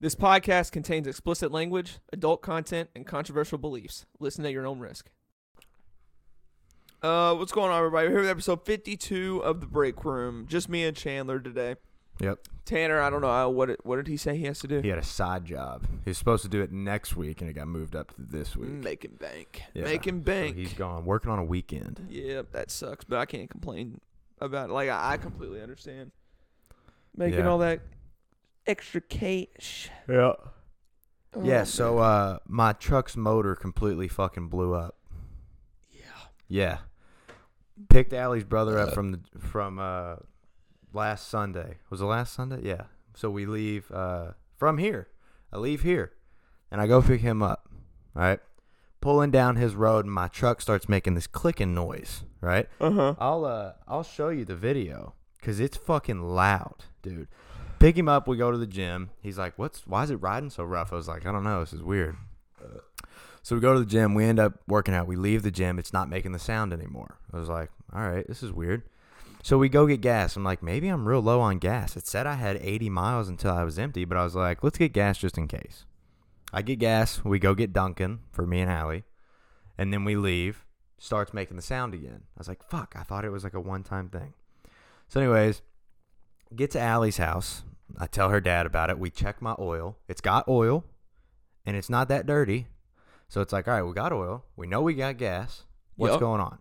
This podcast contains explicit language, adult content, and controversial beliefs. Listen at your own risk. Uh, what's going on, everybody? We're here with episode 52 of the Break Room. Just me and Chandler today. Yep. Tanner, I don't know uh, what it- what did he say he has to do. He had a side job. He was supposed to do it next week, and it got moved up to this Mm. week. Making bank, Yeah. making bank. So he's gone working on a weekend. Yep, that sucks, but I can't complain about it. Like I, I completely understand making Yeah. all that extra cash. Yeah. Oh, Yeah. So uh, my truck's motor completely fucking blew up. Yeah. Yeah. Picked Allie's brother up from the from uh, last Sunday. Was it last Sunday? Yeah. So we leave uh, from here. I leave here, and I go pick him up. All right. Pulling down his road, and my truck starts making this clicking noise. Right. Uh huh. I'll uh I'll show you the video because it's fucking loud, dude. Pick him up. We go to the gym. He's like, "What's? Why is it riding so rough?" I was like, "I don't know. This is weird." So we go to the gym. We end up working out. We leave the gym. It's not making the sound anymore. I was like, "All right, this is weird." So we go get gas. I'm like, maybe I'm real low on gas. It said I had 80 miles until I was empty, but I was like, let's get gas just in case. I get gas. We go get Duncan for me and Allie. And then we leave. Starts making the sound again. I was like, fuck, I thought it was like a one time thing. So, anyways, get to Allie's house. I tell her dad about it. We check my oil. It's got oil and it's not that dirty. So it's like, all right, we got oil. We know we got gas. What's Yup. going on?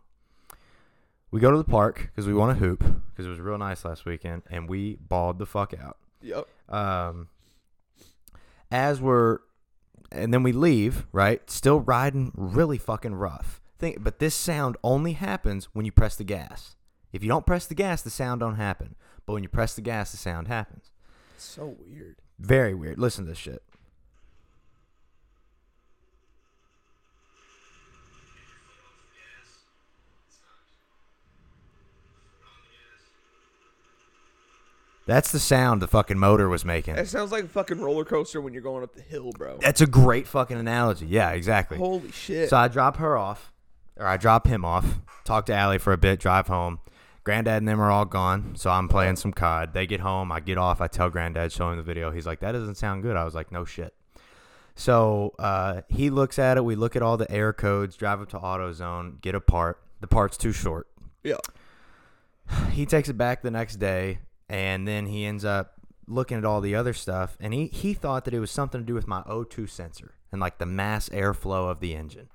We go to the park because we want to hoop because it was real nice last weekend and we balled the fuck out. Yep. Um, as we're, and then we leave, right? Still riding really fucking rough. Think, but this sound only happens when you press the gas. If you don't press the gas, the sound don't happen. But when you press the gas, the sound happens. So weird. Very weird. Listen to this shit. That's the sound the fucking motor was making. It sounds like a fucking roller coaster when you're going up the hill, bro. That's a great fucking analogy. Yeah, exactly. Holy shit. So I drop her off, or I drop him off, talk to Allie for a bit, drive home. Granddad and them are all gone, so I'm playing some COD. They get home, I get off, I tell Granddad, show him the video. He's like, that doesn't sound good. I was like, no shit. So uh, he looks at it. We look at all the air codes, drive up to AutoZone, get a part. The part's too short. yeah. He takes it back the next day, and then he ends up looking at all the other stuff, and he, he thought that it was something to do with my O2 sensor and like the mass airflow of the engine.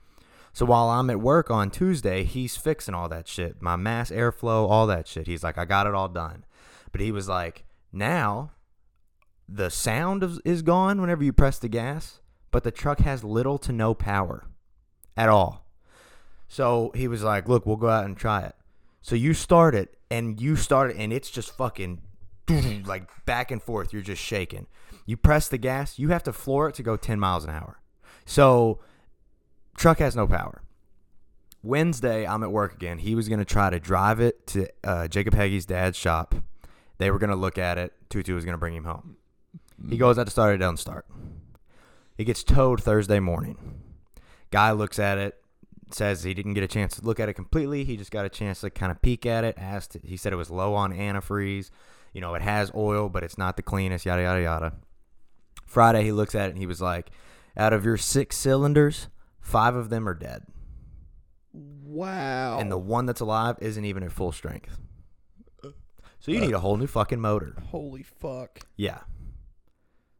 So while I'm at work on Tuesday, he's fixing all that shit. My mass airflow, all that shit. He's like, I got it all done. But he was like, now the sound is, is gone whenever you press the gas, but the truck has little to no power at all. So he was like, look, we'll go out and try it. So you start it and you start it and it's just fucking like back and forth. You're just shaking. You press the gas, you have to floor it to go 10 miles an hour. So truck has no power. Wednesday, I'm at work again. He was going to try to drive it to uh, Jacob Hagee's dad's shop. They were going to look at it. Tutu was going to bring him home. He goes out to start it, doesn't start. It gets towed Thursday morning. Guy looks at it, says he didn't get a chance to look at it completely. He just got a chance to kind of peek at it. Asked, he said it was low on antifreeze. You know, it has oil, but it's not the cleanest. Yada yada yada. Friday, he looks at it and he was like, "Out of your six cylinders, five of them are dead, Wow. and Oh. the one that's alive isn't even at full strength. So you need a whole new fucking motor." Holy fuck. Yeah.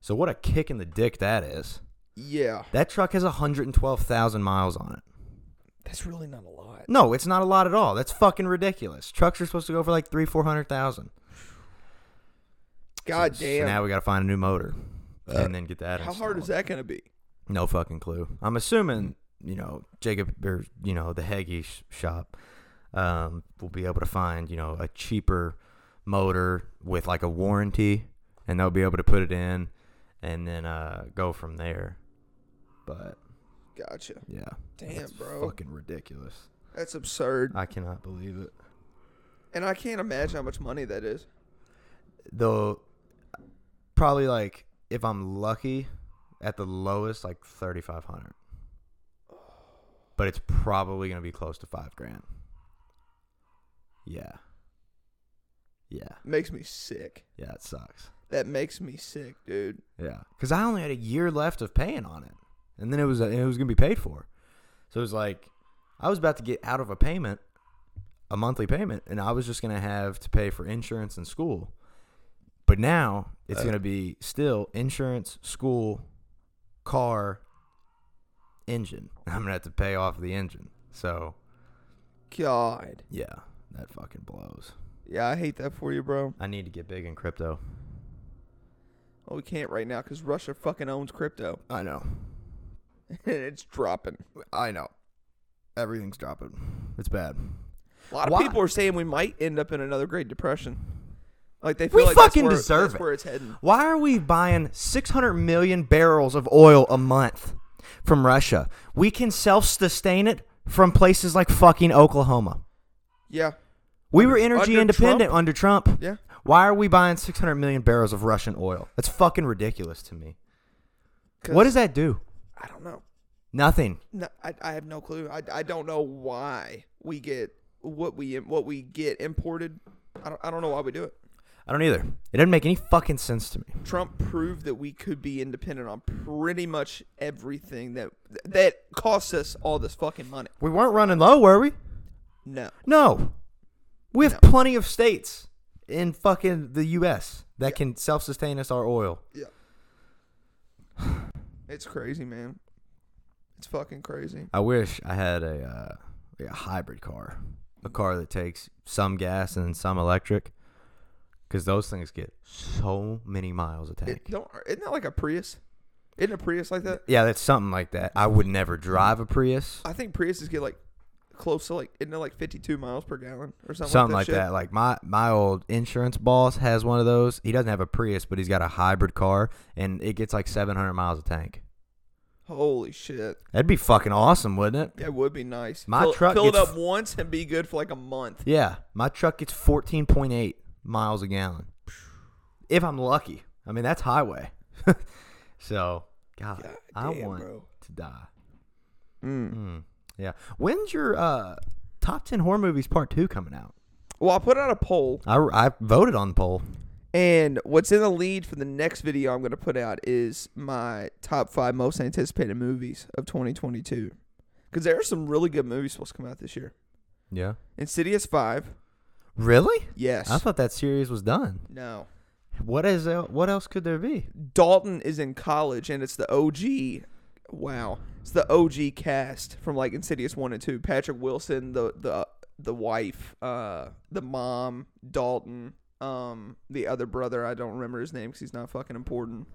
So what a kick in the dick that is. Yeah. That truck has 112,000 miles on it. That's really not a lot. No, it's not a lot at all. That's fucking ridiculous. Trucks are supposed to go for like three, four hundred thousand. God So now damn. we got to find a new motor, and then get that. How hard is installed. that going to be? No fucking clue. I'm assuming you know Jacob or you know the Heggie sh- shop um, will be able to find you know a cheaper motor with like a warranty, and they'll be able to put it in, and then uh, go from there. But Gotcha. yeah, Damn, that's bro. fucking ridiculous. That's absurd. I cannot believe it. And I can't imagine how much money that is. though probably like if I'm lucky at the lowest like 3500 but it's probably going to be close to 5 grand yeah yeah Makes me sick. yeah it sucks That makes me sick, dude. Yeah, because I only had a year left of paying on it, and then it was it was gonna be paid for. So it was like I was about to get out of a payment, a monthly payment, and I was just gonna have to pay for insurance and school. But now it's Uh. gonna be still insurance, school, car, engine. I'm gonna have to pay off the engine. So God. yeah, that fucking blows. Yeah, I hate that for you, bro. I need to get big in crypto. Well, we can't right now because Russia fucking owns crypto I know. and it's dropping. I know. Everything's dropping. It's bad. A lot of Why? people are saying we might end up in another Great Depression. Like they feel We like that's fucking where- deserve that's it. Where it's heading. Why are we buying 600 million barrels of oil a month from Russia? We can self sustain it from places like fucking Oklahoma. Yeah, We were energy under independent Trump? under Trump. yeah. Why are we buying 600 million barrels of Russian oil? That's fucking ridiculous to me. What does that do? I don't know. Nothing. No, I, I have no clue. I, I don't know why we get what we what we get imported. I don't, I don't know why we do it. I don't either. It doesn't make any fucking sense to me. Trump proved that we could be independent on pretty much everything that that costs us all this fucking money. We weren't running low, were we? No, No. We have No. plenty of states in fucking the U.S. that can self sustain us our oil. yeah. It's crazy, man. It's fucking crazy. I wish I had a, uh, a hybrid car, a car that takes some gas and then some electric, because those things get so many miles a tank. It don't isn't that like a Prius? Isn't a Prius like that? yeah, that's something like that. I would never drive a Prius, I think Priuses get like close to like isn't it like fifty two miles per gallon or something? something like like that. shit? that. Like my my old insurance boss has one of those. He doesn't have a Prius, but he's got a hybrid car, and it gets like 700 miles a tank. Holy shit! That'd be fucking awesome, wouldn't it? That would be nice. My fill, truck fill gets- it up once and be good for like a month. Yeah, my truck gets 14.8 miles a gallon. If I'm lucky. I mean, that's highway. so, God, God I damn, want bro. to die. Hmm, Mm. Yeah. When's your uh, top 10 horror movies part two coming out? Well, I put out a poll, I, I voted on the poll. and what's in the lead for the next video I'm going to put out is my top five most anticipated movies of 2022. Because there are some really good movies supposed to come out this year. Yeah. Insidious Five, Really? yes. I thought that series was done. no. What is el- what else could there be? Dalton is in college, and it's the OG. Wow, it's the OG cast from like Insidious one and two. Patrick Wilson, the the the wife, uh, the mom, Dalton, um, the other brother. I don't remember his name because he's not fucking important.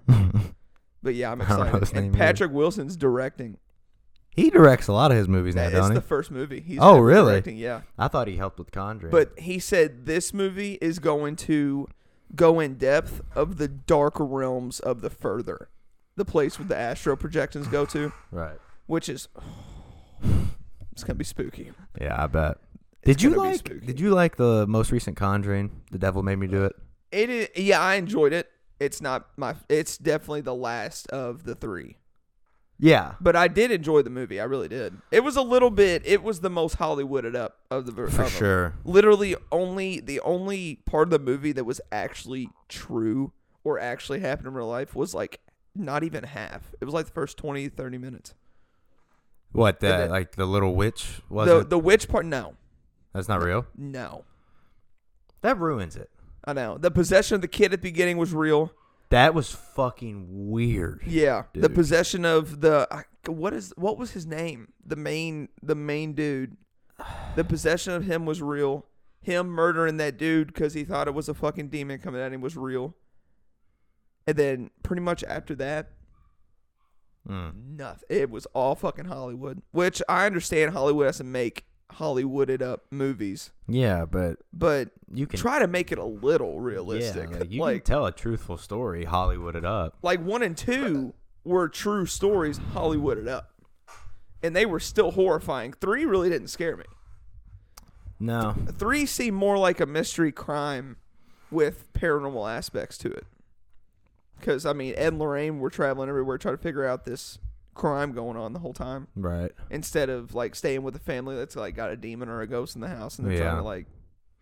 But yeah, I'm I don't know his excited. name And either. Patrick Wilson's directing. he directs a lot of his movies now, That don't is he? the first movie. He's Oh, ever really? Directing, yeah. I thought he helped with Conjuring. But he said this movie is going to go in depth of the dark realms of the further, the place where the astro projections go to. right. which is it's gonna be spooky. Yeah, I bet. It's Did you gonna be like? spooky. Uh, Did you like the most recent Conjuring? The Devil Made Me Do It. It is, yeah, I enjoyed it. It's not my. It's definitely the last of the three, Yeah, but I did enjoy the movie. I really did. It was a little bit. It was the most Hollywooded up of the for sure. Literally, only the only part of the movie that was actually true or actually happened in real life was like not even half. It was like the first 20, 30 minutes. What the the- like the little witch was the it? the witch part, no, That's not real. no, That ruins it. I know. The possession of the kid at the beginning was real. That was fucking weird. Yeah, the Dude. possession of the I- what is what was his name? The main the main dude. The possession of him was real. Him murdering that dude because he thought it was a fucking demon coming at him was real. And then pretty much after that, Mm. nothing. It was all fucking Hollywood, which I understand Hollywood has to make Hollywooded up movies, Yeah, but but you can try to make it a little realistic. Yeah, like, you like can tell a truthful story, Hollywood it up. like one and two were true stories Hollywooded up. And they were still horrifying. Three really didn't scare me. No, Three seemed more like a mystery crime with paranormal aspects to it. Because, I mean, Ed and Lorraine were traveling everywhere trying to figure out this crime going on the whole time right. instead of like staying with a family that's like got a demon or a ghost in the house and they're Yeah. trying to like.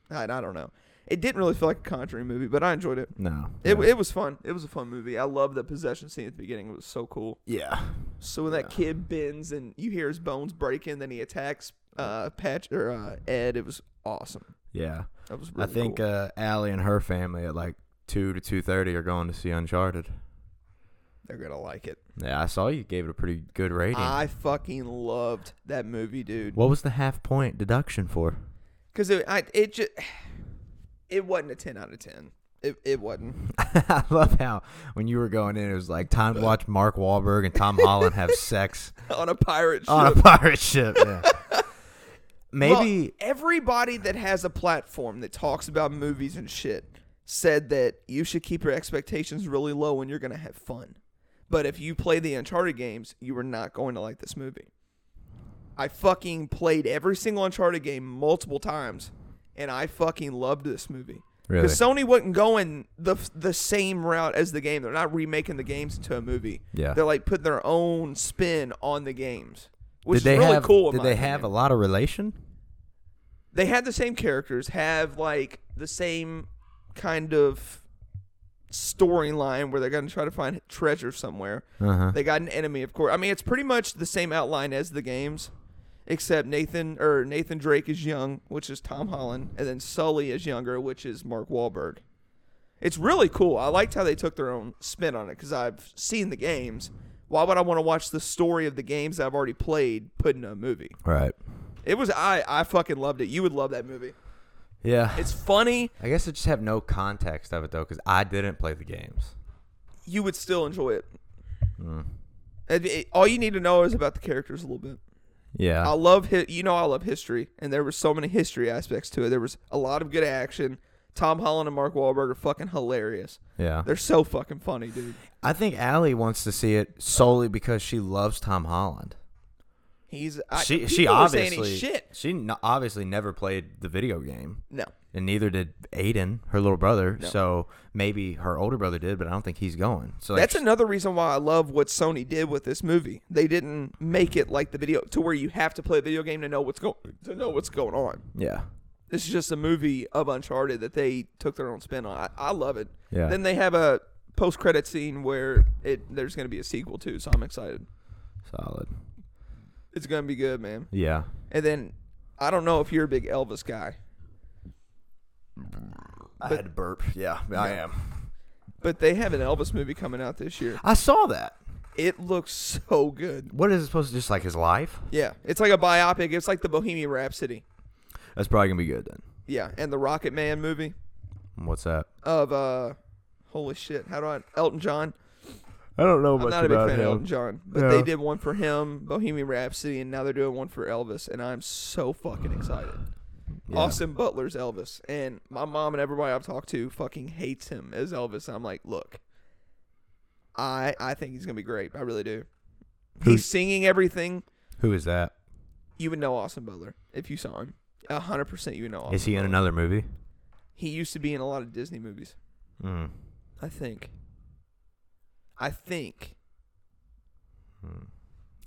I, I don't know. It didn't really feel like a Conjuring movie, but I enjoyed it. No. It, yeah. it was fun. It was a fun movie. I love that possession scene at the beginning. It was so cool. yeah. So when that Yeah. kid bends and you hear his bones breaking, then he attacks uh, Patch or uh, Ed. It was awesome. Yeah. That was I really think cool. uh, Allie and her family at like two to two thirty are going to see Uncharted. they're gonna like it. Yeah, I saw you gave it a pretty good rating. I fucking loved that movie, dude. what was the half point deduction for? Because it, I, it just, it wasn't a ten out of ten. It, it wasn't. I love how when you were going in, it was like time to watch Mark Wahlberg and Tom Holland have sex on a pirate ship. on a pirate ship. Yeah. Well, Maybe everybody that has a platform that talks about movies and shit said that you should keep your expectations really low and you're going to have fun. But if you play the Uncharted games, you are not going to like this movie. I fucking played every single Uncharted game multiple times and I fucking loved this movie. really. Because Sony wasn't going the the same route as the game. They're not remaking the games into a movie. Yeah. They're like putting their own spin on the games, which did they is really have? cool. in did my they have a opinion. lot of relation? They had the same characters, have like the same kind of storyline where they're going to try to find treasure somewhere. Uh huh. They got an enemy, of course. I mean, it's pretty much the same outline as the games, except Nathan or Nathan Drake is young, which is Tom Holland, and then Sully is younger, which is Mark Wahlberg. It's really cool. I liked how they took their own spin on it because I've seen the games. Why would I want to watch the story of the games I've already played put in a movie? Right. It was I I fucking loved it. You would love that movie. Yeah. It's funny. I guess I just have no context of it though, because I didn't play the games. You would still enjoy it. Mm. It- it- all you need to know is about the characters a little bit. Yeah. I love hi- you know I love history, and there were so many history aspects to it. There was a lot of good action. Tom Holland and Mark Wahlberg are fucking hilarious. yeah. They're so fucking funny, dude. I think Allie wants to see it solely because she loves Tom Holland. He's I, she people she don't say any obviously shit. she n- obviously never played the video game, No, and neither did Aiden, her little brother. No. So maybe her older brother did, but I don't think he's going. So like, that's another reason why I love what Sony did with this movie. They didn't make it like the video to where you have to play a video game to know what's going to know what's going on. yeah, This is just a movie of Uncharted that they took their own spin on. I, I love it. Yeah. Then they have a post credit scene where it there's going to be a sequel too, so I'm excited. solid. It's going to be good, man. Yeah, And then I don't know if you're a big Elvis guy, I had to burp. Yeah, I am. but they have an Elvis movie coming out this year. I saw that. It looks so good. What is it supposed to just like his life? Yeah, it's like a biopic. It's like the Bohemian Rhapsody. That's probably gonna be good then. Yeah, and the Rocket Man movie What's that? of uh, holy shit, how do I Elton John? I don't know I'm not a big fan of Elton John, but Yeah. they did one for him, Bohemian Rhapsody, and now they're doing one for Elvis, and I'm so fucking excited. Yeah. Austin Butler's Elvis, and my mom and everybody I've talked to fucking hates him as Elvis. I'm like, look, I I think he's gonna be great. I really do. Who's- He's singing everything. Who is that? You would know Austin Butler if you saw him. A hundred percent, you would know. Austin Is he in Butler. another movie? He used to be in a lot of Disney movies. Mm. I think. I think I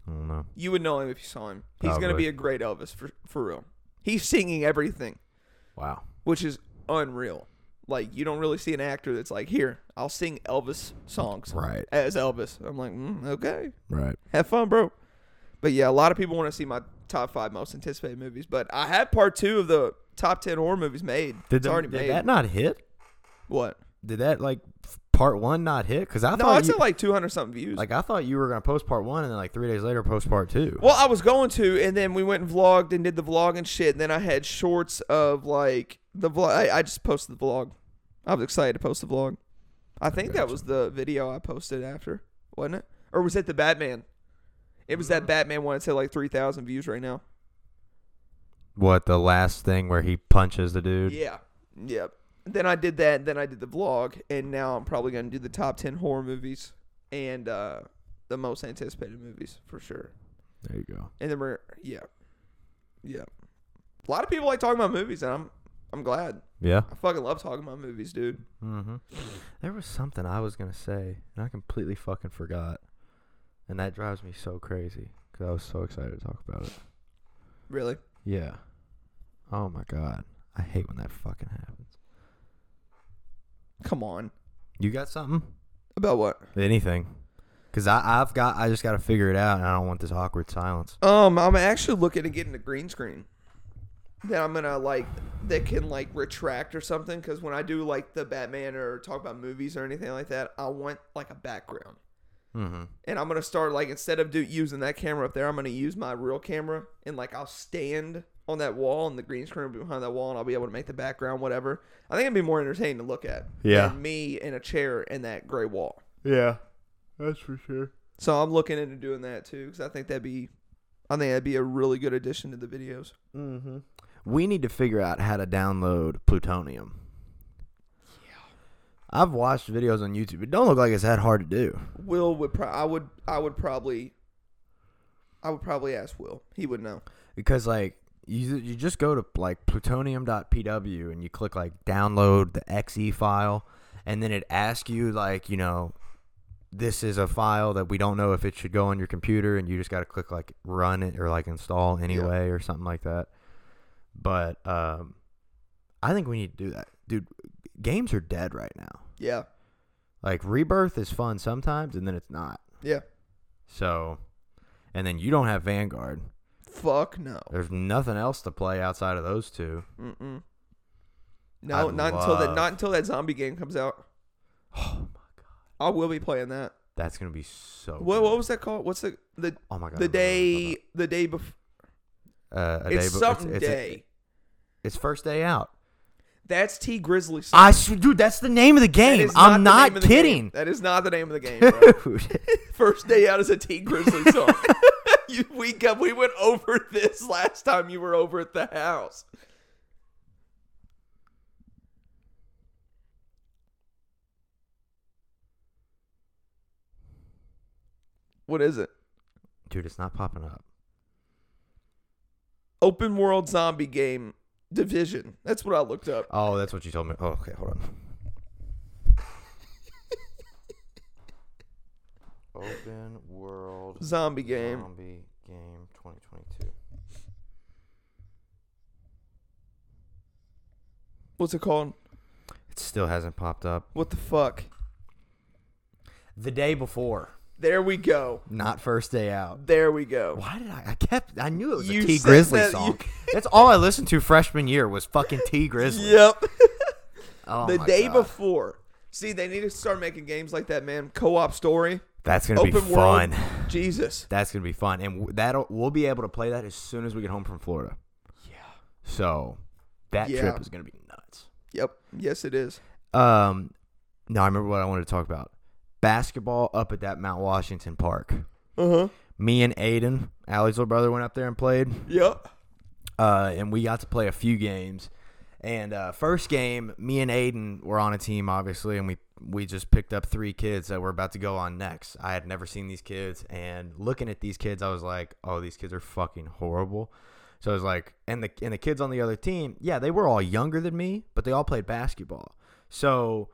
don't know. you would know him if you saw him. He's gonna Probably. be a great Elvis for for real. He's singing everything. Wow. which is unreal. Like you don't really see an actor that's like, here, I'll sing Elvis songs Right. as Elvis. I'm like, mm, okay, Right. have fun, bro. But yeah, a lot of people want to see my top five most anticipated movies, but I have part two of the top ten horror movies made. Did, it's the- already did made. that not hit? what? Did that like f- part one not hit? Because I No, thought it's you, at like, like 200 something views. I thought you were gonna post part one and then like three days later post part two. Well, I was going to, and then we went and vlogged and did the vlog and shit. And then I had shorts of like the vlog. I, I just posted the vlog. I was excited to post the vlog. I think that was the video I posted after, wasn't it? Or was it the Batman? It was that Batman one. It's at like three thousand views right now. What the last thing where he punches the dude? Yeah, yep. Then I did that. Then I did the vlog, and now I'm probably gonna do the top ten horror movies and uh, the most anticipated movies for sure. There you go. And then we're yeah, yeah. A lot of people like talking about movies, and I'm I'm glad. Yeah. I fucking love talking about movies, dude. Mm-hmm. There was something I was gonna say and I completely fucking forgot, and that drives me so crazy because I was so excited to talk about it. Really. Yeah. Oh my god, I hate when that fucking happens. Come on. You got something? About what? Anything? Because I I've got I just got to figure it out, and I don't want this awkward silence. Um, I'm actually looking at getting a green screen that I'm gonna like that can like retract or something. Because when I do like the Batman or talk about movies or anything like that, I want like a background. Mm-hmm. and I'm gonna start like instead of do, using that camera up there, I'm gonna use my real camera and like I'll stand on that wall and the green screen will be behind that wall and I'll be able to make the background whatever. I think it'd be more entertaining to look at. Yeah. than me in a chair and that gray wall. Yeah, that's for sure. So I'm looking into doing that too because I think that'd be, I think that'd be a really good addition to the videos. Mm-hmm. We need to figure out how to download plutonium. Yeah, I've watched videos on YouTube. It don't look like it's that hard to do. Will would pro- I would I would probably. I would probably ask Will. He would know. because like you you just go to like plutonium.pw and you click like download the exe file and then it asks you like you know this is a file that we don't know if it should go on your computer and you just got to click like run it or like install anyway or something like that but um i think we need to do that dude games are dead right now Yeah. like rebirth is fun sometimes and then it's not Yeah. so and then you don't have vanguard Fuck no. there's nothing else to play outside of those two. Mm-mm. No, I'd not until that. love- Not until that zombie game comes out. Oh my god, I will be playing that. that's gonna be so. What, good. what was that called? What's the the Oh my god, the Oh, I remember day the day before? what I'm talking about. Uh, a It's day, bef- something it's, day. It's, first day out. That's T Grizzly. Song. I should, dude. That's the name of the That game. is I'm the name not of the game. kidding, That is not the name of the game. Bro. dude. First day out is a T Grizzly song. you, we got, we went over this last time you were over at the house. What is it? dude, it's not popping up. open world zombie game division. That's what I looked up. Oh, that's what you told me. Oh, okay, hold on. Open world Zombie game. zombie game 2022. What's it called? It still hasn't popped up. What the fuck? The day before, There we go. not first day out. There we go. Why did I? I kept. I knew it was You a T said Grizzly that- you- song. That's all I listened to freshman year was fucking T Grizzly. Yep. Oh the my day God. before. See, they need to start making games like that, man. Co-op story, That's gonna be open world. fun. Jesus. That's gonna be fun, and w- that'll we'll be able to play that as soon as we get home from Florida. Yeah. So that Yeah. trip is gonna be nuts. Yep. Yes, it is. Um, no, I remember what I wanted to talk about. Basketball up at that Mount Washington Park. Uh huh. Me and Aiden, Allie's little brother, went up there and played. Yep. uh, and we got to play a few games. And uh, first game, me and Aiden were on a team, obviously, and we we just picked up three kids that were about to go on next. I had never seen these kids, and looking at these kids, I was like, "Oh, these kids are fucking horrible." So I was like, and the and the kids on the other team, yeah, they were all younger than me, but they all played basketball. So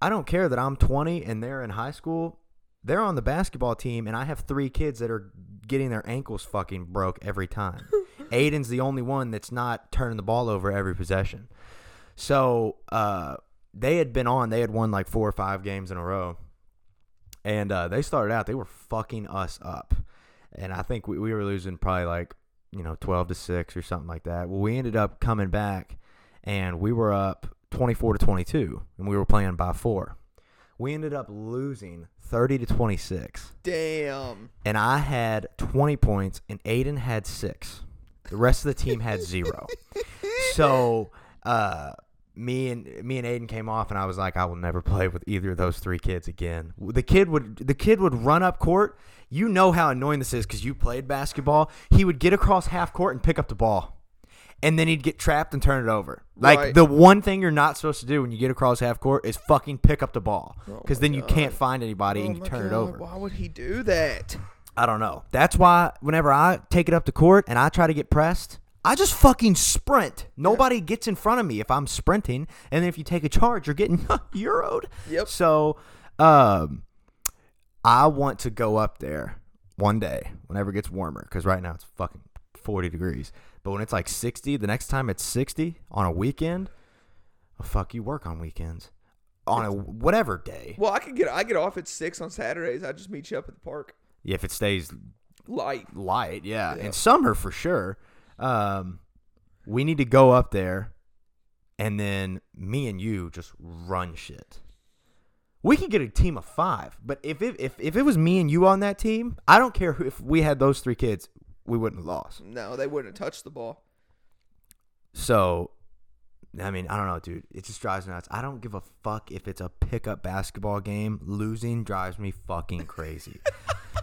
I don't care that I'm 20 and they're in high school. They're on the basketball team, and I have three kids that are getting their ankles fucking broke every time. Aiden's the only one that's not turning the ball over every possession. So uh, they had been on. They had won like four or five games in a row, and uh, they started out. They were fucking us up, and I think we, we were losing probably like you know twelve to six or something like that. Well, we ended up coming back, and we were up twenty four to twenty two, and we were playing by four. We ended up losing thirty to twenty six Damn. and I had 20 points, and Aiden had six. The rest of the team had zero. so, uh, me and me and Aiden came off, and I was like, I will never play with either of those three kids again. The kid would the kid would run up court. You know how annoying this is because you played basketball. He would get across half court and pick up the ball. And then he'd get trapped and turn it over. Like Right. the one thing you're not supposed to do when you get across half court is fucking pick up the ball, Oh because my then you God. Oh can't find anybody and you my turn it God, over. Why would he do that? I don't know. That's why whenever I take it up to court and I try to get pressed, I just fucking sprint. Nobody gets in front of me if I'm sprinting. And then if you take a charge, you're getting euroed. Yep. So, um, I want to go up there one day whenever it gets warmer because right now it's fucking 40 degrees. But when it's like 60, the next time it's 60 on a weekend, oh, fuck, you work on weekends. on a whatever day. Well, I could get I get off at six on Saturdays. I just meet you up at the park. Yeah, if it stays Like light, yeah. Yeah. In summer for sure. Um we need to go up there and then me and you just run shit. We could get a team of five, but if it if, if it was me and you on that team, I don't care who if we had those three kids, we wouldn't have lost. no, they wouldn't have touched the ball. So, I mean, I don't know, dude. It just drives me nuts. I don't give a fuck if it's a pickup basketball game. Losing drives me fucking crazy.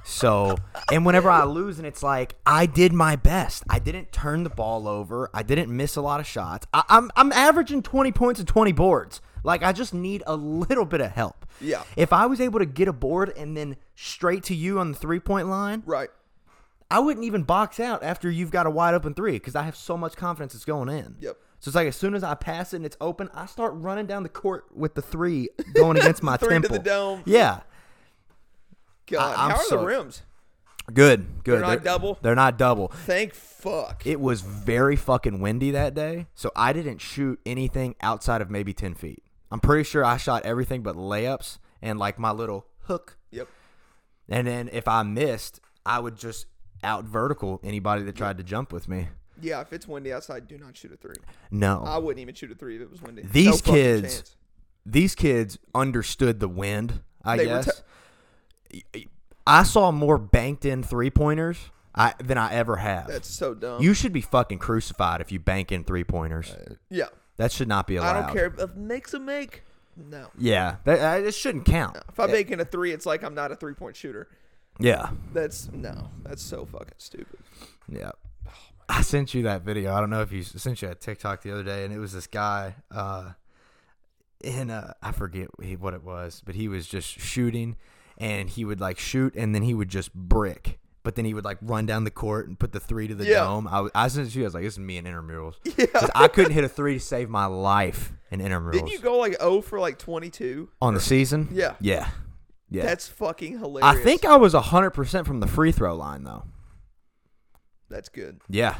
so, and whenever I lose, and it's like I did my best. I didn't turn the ball over. I didn't miss a lot of shots. I, I'm I'm averaging 20 points and 20 boards. Like I just need a little bit of help. Yeah. If I was able to get a board and then straight to you on the three point line, Right. I wouldn't even box out after you've got a wide open three because I have so much confidence it's going in. Yep. So it's like as soon as I pass it and it's open, I start running down the court with the three going against my Three to temple. the dome. Yeah. God, I- I'm how are so- the rims? Good. They're Good. not double? They're not double. Thank fuck. It was very fucking windy that day, so I didn't shoot anything outside of maybe ten feet. I'm pretty sure I shot everything but layups and like my little hook. yep. And then if I missed, I would just out vertical anybody that tried to jump with me. Yeah, if it's windy outside, do not shoot a three. No. I wouldn't even shoot a three if it was windy. These No fucking kids- chance. these kids understood the wind, I They were guess. I saw more banked in three pointers I, than I ever have. That's so dumb. you should be fucking crucified if you bank in three pointers. yeah. That should not be allowed. I don't care if makes a make. No. Yeah, that, uh, it shouldn't count. If I make in a three, it's like I'm not a three point shooter. Yeah, That's no. That's so fucking stupid. yeah. I sent you that video. I don't know if you I sent you a TikTok the other day, and it was this guy. Uh, in uh, I forget he- what it was, but he was just shooting, and he would like shoot, and then he would just brick. But then he would like run down the court and put the three to the Yeah. dome. I, was- I sent it to you. I was like, "This is me in intramurals." Yeah. I couldn't hit a three to save my life in Didn't intramurals you go like 0 for like 22? on the season. Yeah. yeah, yeah. That's fucking hilarious. I think I was hundred percent from the free throw line though. that's good. Yeah,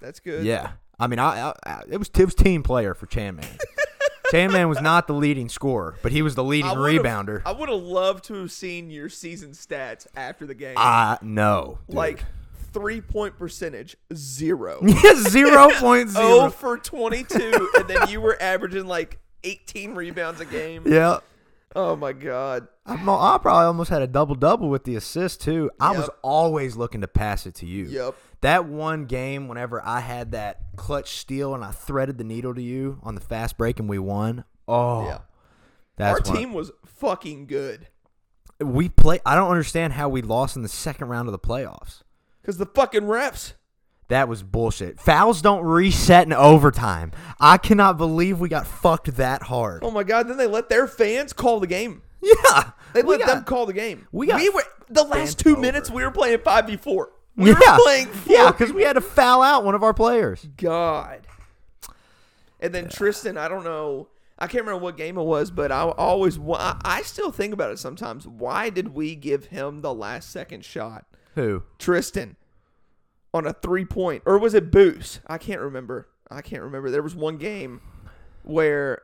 That's good. yeah. I mean, I, I, I it was it was team player for Chan Man. Chan Man was not the leading scorer, but he was the leading I would've- rebounder. I would have loved to have seen your season stats after the game. I know. Ah, dude. like three point percentage zero. Yeah, zero point Oh zero. for 22 and then you were averaging like 18 rebounds a game. Yeah. Oh my god. I'm, al- I probably almost had a double double with the assist too. I was Yep. always looking to pass it to you. Yep. That one game, whenever I had that clutch steal and I threaded the needle to you on the fast break and we won. Oh, Yeah. that's Our when I- team was fucking good we play. I don't understand how we lost in the second round of the playoffs. cuz the fucking refs. That was bullshit. Fouls don't reset in overtime. I cannot believe we got fucked that hard. Oh my god, then they let their fans call the game. Yeah, They We let got- them call the game. we got were the last fans 2 over. minutes we were playing 5v4. We were playing 4 yeah, because we had to foul out one of our players. God. And then Tristan, I don't know. I can't remember what game it was, but I always, wa- I I still think about it sometimes. Why did we give him the last second shot, Who? Tristan, on a three point, or was it Boost? I can't remember. I can't remember. There was one game where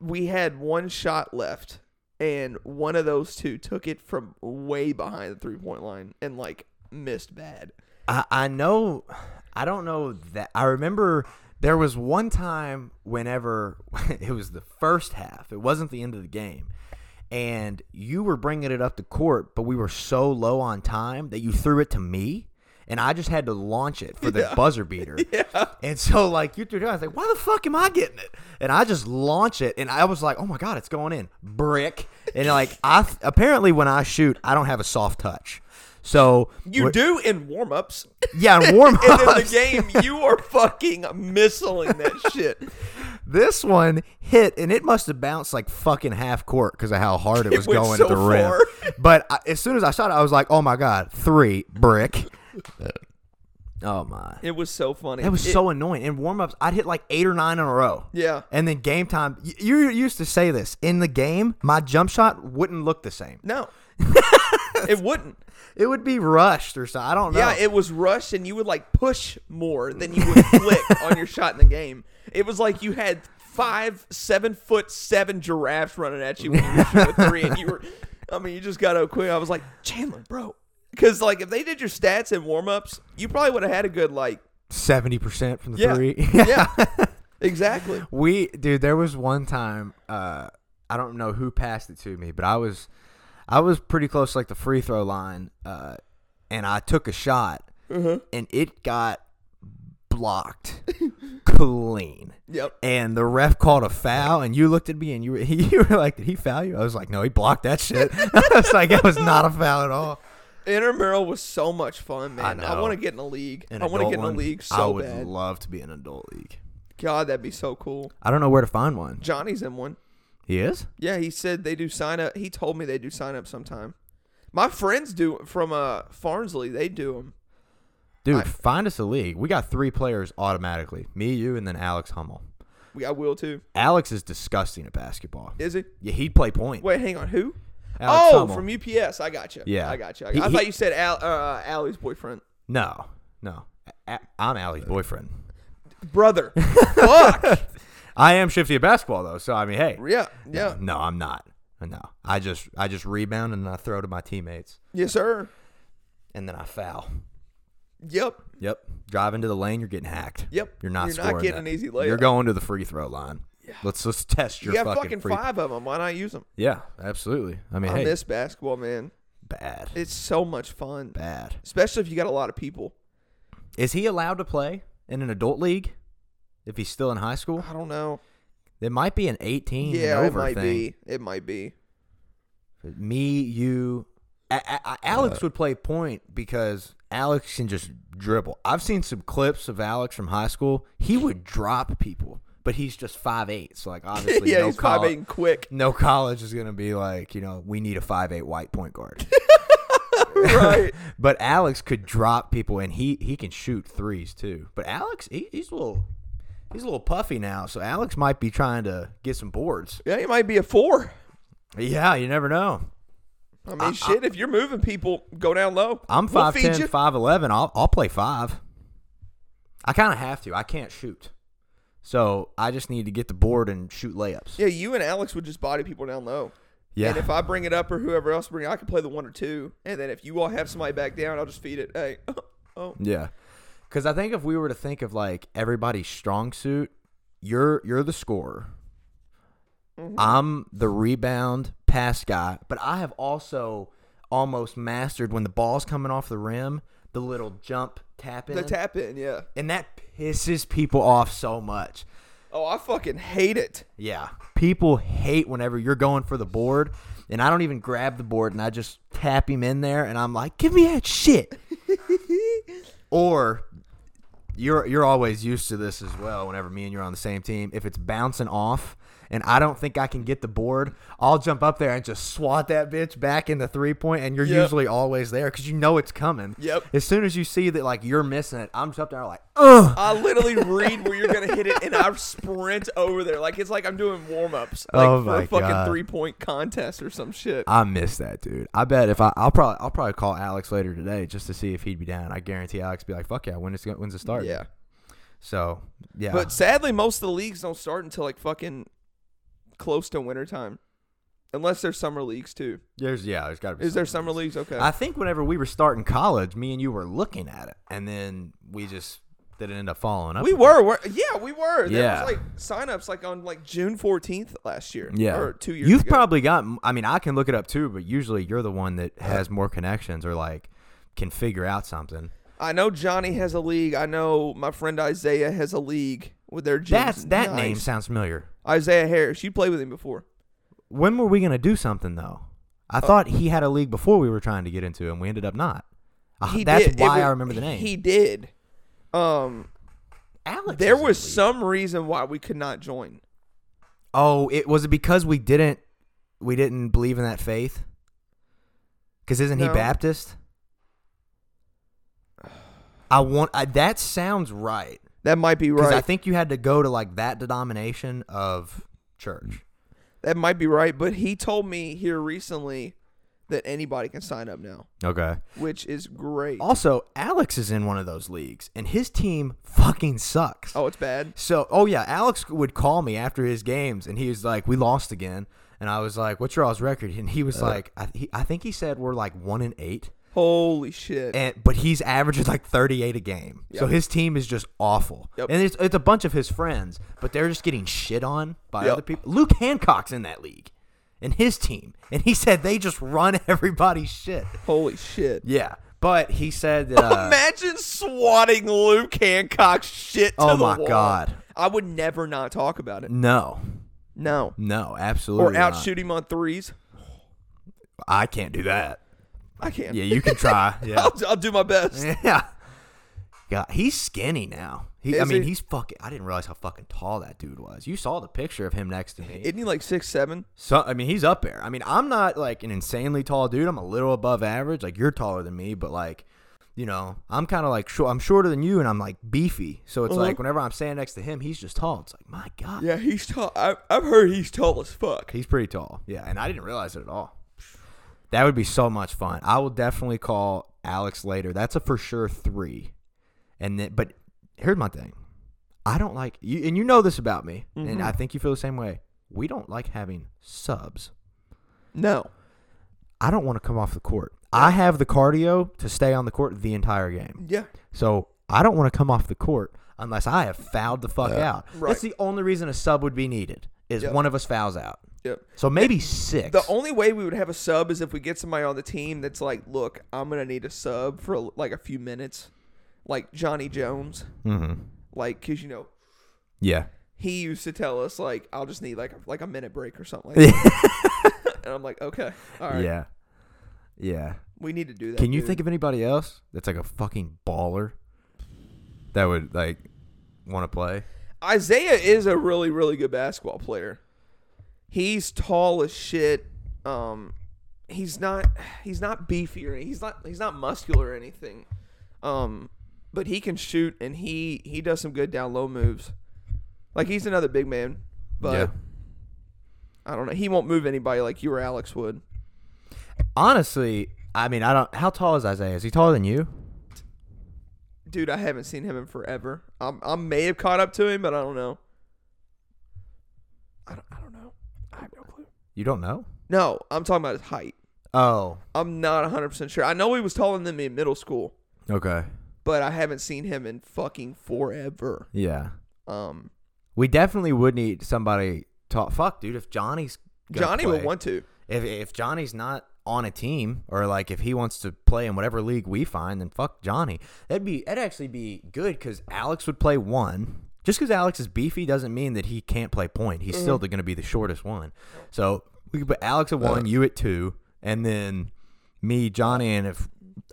we had one shot left, and one of those two took it from way behind the three point line and like missed bad. I, I know. I don't know that. I remember there was one time whenever it was the first half. It wasn't the end of the game. And you were bringing it up to court, but we were so low on time that you threw it to me. And I just had to launch it for the buzzer beater. Yeah. And so, like, you threw it. down. I was like, why the fuck am I getting it? And I just launch it. And I was like, oh my God, it's going in. Brick. And, like, I apparently when I shoot, I don't have a soft touch. So You do in warm ups. yeah, and warm and in the ups. game you are fucking missiling that shit. This one hit, and it must have bounced like fucking half court because of how hard it, was went going so at the rim. far. But I, as soon as I shot it, I was like, "Oh my god, three brick!" oh my, It was so funny. that was so annoying. In warm ups, I'd hit like eight or nine in a row. Yeah. and then game time. y- You used to say this in the game. My jump shot wouldn't look the same. No. it wouldn't. It would be rushed or something. I don't know. Yeah, it was rushed and you would like push more than you would flick on your shot in the game. It was like you had five, seven foot seven giraffes running at you when you were shooting a three, and you were. I mean, you just got out quick. I was like, Chandler, bro, because like if they did your stats and warm ups, you probably would have had a good like. Seventy percent from the Yeah. three. Yeah, exactly. We dude, there was one time uh I don't know who passed it to me, but I was I was pretty close to, like the free throw line uh and I took a shot Mm-hmm. and it got blocked clean. Yep. And the ref called a foul, and you looked at me, and you were, you were like, "Did he foul you?" I was like, "No, he blocked that shit." I was like, "That was not a foul at all." Intramural was so much fun, man. I, know. want to get in a league. An I want to adult get in a one, league I so would bad. love to be in an adult league. God, that'd be so cool. I don't know where to find one. Johnny's in one. He is. Yeah, he said they do sign up. He told me they do sign up sometime. My friends do from uh Farnsley. They do them. Dude, I- find us a league. We got three players automatically. Me, you, and then Alex Hummel. We got Will too. Alex is disgusting at basketball. Is he? Yeah, he'd play point. Wait, hang on. Who? Alex oh, Hummel. from UPS. I got you. Yeah. I got you. I, He- I he- thought you said Al, uh, Allie's boyfriend, No, no. A- A- I'm Ali's boyfriend. brother. Fuck. I am shifty at basketball though, so I mean, hey. Yeah. Yeah. No, I'm not. No, I just I just rebound and then I throw to my teammates Yes, sir. and then I foul. Yep. Yep. Drive into the lane, you're getting hacked. Yep. You're not You're not scoring getting that. an easy layup. You're going to the free throw line. Let's let's test your you have fucking, fucking free. five of them. Why not use them? Yeah, absolutely. I mean, I hey, miss basketball, man. bad, It's so much fun, bad. especially if you got a lot of people. Is he allowed to play in an adult league? If he's still in high school, I don't know. it might be an 18 Yeah, and it over might thing. be. It might be. Me, you, A- A- A- Uh, Alex would play point because Alex can just dribble. I've seen some clips of Alex from high school. He would drop people, but he's just 5'8", so like obviously yeah, no he's coll- five eight and quick. No college is gonna be like you know we need a 5'8 white point guard, right. but Alex could drop people and he he can shoot threes too. But Alex he, he's a little he's a little puffy now, so Alex might be trying to get some boards. Yeah, he might be a four. Yeah, you never know. I mean, shit. if you're moving people, go down low. I'm We'll feed 5'10", you. 5'11". I'll, I'll play five. I kind of have to. I can't shoot. So I just need to get the board and shoot layups. Yeah, you and Alex would just body people down low. Yeah. And if I bring it up or whoever else bring it, I can play the one or two. And then if you all have somebody back down, I'll just feed it. Hey, oh, Yeah. Because I think if we were to think of like everybody's strong suit, you're you're the scorer. Mm-hmm. I'm the rebound pass guy, but I have also almost mastered when the ball's coming off the rim, the little jump tap in, the tap in, yeah. and that pisses people off so much. Oh, I fucking hate it. Yeah. People hate whenever you're going for the board and I don't even grab the board and I just tap him in there and I'm like, "Give me that shit." or you're you're always used to this as well whenever me and you're on the same team. If it's bouncing off and I don't think I can get the board, I'll jump up there and just swat that bitch back in the three point and you're Yep. usually always there cuz you know it's coming. Yep. As soon as you see that like you're missing it, I'm just up there like, "Ugh." I literally read where you're gonna hit it, and I sprint over there. Like it's like I'm doing warm ups, like Oh for my a fucking God. three point contest or some shit. I miss that dude. I bet if I, I'll probably I'll probably call Alex later today just to see if he'd be down. I guarantee Alex be like, "Fuck yeah, when is it- when's it start?" yeah, So yeah, but sadly, most of the leagues don't start until like fucking close to wintertime. Unless there's summer leagues too. there's yeah, there's got to be. Is there something. summer leagues? Okay. I think whenever we were starting college, me and you were looking at it, and then we just didn't end up following up. we with were, were. Yeah, we were. There Yeah. was like sign ups like on like June 14th last year. it. yeah, Or two years You've ago. probably got. I mean, I can look it up too, but usually you're the one that has more connections or like can figure out something. I know Johnny has a league. I know my friend Isaiah has a league with their gyms. That's that Nice. name sounds familiar. Isaiah Harris. You played with him before. when were we going to do something though? I Uh, thought he had a league before we were trying to get into, and we ended up not. Uh, He that's did. It why I was- remember the name. He did. Um, Alex. there is in was the league. some reason why we could not join. Oh, it was it because we didn't we didn't believe in that faith. Because isn't No. he Baptist? I want I, that sounds right That might be because right. I think you had to go to like that denomination of church. that might be right. But he told me here recently that anybody can sign up now, Okay. which is great. Also, Alex is in one of those leagues, and his team fucking sucks. Oh, it's bad. So, oh yeah, Alex would call me after his games, and he was like, "We lost again," and I was like, "What's your all's record?" And he Uh. was like, I, he, "I think he said we're like one and eight, Holy shit. and but he's averaging like thirty eight a game, so Yep. his team is just awful." Yep. And it's it's a bunch of his friends, but they're just getting shit on by Yep. other people. Luke Hancock's in that league, and his team, and he said they just run everybody's shit. Holy shit. Yeah, but he said Oh, that. Uh, Imagine swatting Luke Hancock's shit to Oh the my wall. God. I would never not talk about it. No, No. no, absolutely. Or out not. shooting him on threes. I can't do that. I can't. Yeah, you can try. Yeah, I'll, I'll do my best. yeah. God, he's skinny now. He, I Is mean, he? he's fucking. I didn't realize how fucking tall that dude was. You saw the picture of him next to me. Isn't he like six seven? so, I mean, he's up there. I mean, I'm not like an insanely tall dude. I'm a little above average. Like you're taller than me, but like, you know, I'm kind of like short. I'm shorter than you, and I'm like beefy. So it's Uh-huh. like whenever I'm standing next to him, he's just tall. It's like my god, Yeah, he's tall. I, I've heard he's tall as fuck. He's pretty tall. Yeah, and I didn't realize it at all. That would be so much fun. I will definitely call Alex later. That's a for sure three. And then, but here's my thing. I don't like you, and you know this about me, Mm-hmm. and I think you feel the same way. We don't like having subs. No. I don't want to come off the court. I have the cardio to stay on the court the entire game, Yeah. so I don't want to come off the court unless I have fouled the fuck out. right. That's the only reason a sub would be needed is Yep. one of us fouls out. Yep. So maybe six. The only way we would have a sub is if we get somebody on the team that's like, look, I'm gonna need a sub for like a few minutes, like Johnny Jones, mm-hmm. like because you know Yeah. he used to tell us like, I'll just need like like a minute break or something. Like that. and I'm like, okay, all right, Yeah. Yeah. we need to do that. Can you dude." think of anybody else that's like a fucking baller that would like want to play? Isaiah is a really really good basketball player. He's tall as shit. Um, he's not he's not beefy or any- he's not he's not muscular or anything. Um, but he can shoot and he he does some good down low moves. Like he's another big man, but Yeah. I don't know. He won't move anybody like you or Alex would. Honestly, I mean, I don't. How tall is Isaiah? Is he taller than you? Dude, I haven't seen him in forever. I'm, I may have caught up to him, but I don't know. I don't, I don't know. I have no clue. You don't know? No, I'm talking about his height. Oh. I'm not 100% sure. I know he was taller than me in middle school, Okay. but I haven't seen him in fucking forever. Yeah. Um, We definitely would need somebody tall. Fuck, dude. If Johnny's gonna Johnny play, would want to. If if Johnny's not on a team or like if he wants to play in whatever league we find, then fuck Johnny. That'd be that'd actually be good because Alex would play one. Just because Alex is beefy doesn't mean that he can't play point. He's still going to be the shortest one. So we could put Alex at one, you at two, and then me, Johnny, and if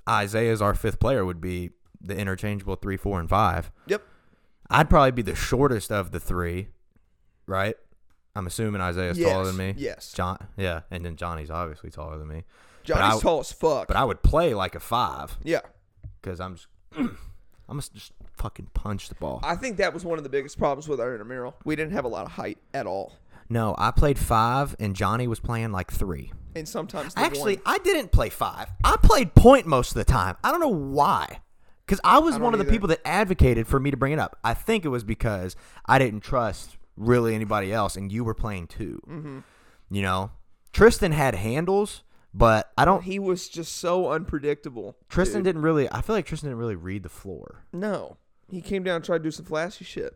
Isaiah's our fifth player would be the interchangeable three, four, and five. Yep. I'd probably be the shortest of the three, right? I'm assuming Isaiah's taller Yes, than me. yes. John. Yeah, and then Johnny's obviously taller than me. Johnny's I- tall as fuck. But I would play like a five yeah. because I'm just, I'm just- just fucking punch the ball. I think that was one of the biggest problems with our intramural. We didn't have a lot of height at all. no, I played five, and Johnny was playing like three. And sometimes the Actually, one- I didn't play five. I played point most of the time. I don't know why. Because I was I one don't of the either. people that advocated for me to bring it up. I think it was because I didn't trust really anybody else, and you were playing 2 Mm-hmm. You know, Tristan had handles, but I don't. he was just so unpredictable. Tristan dude. didn't really. I feel like Tristan didn't really read the floor. No. He came down and tried to do some flashy shit.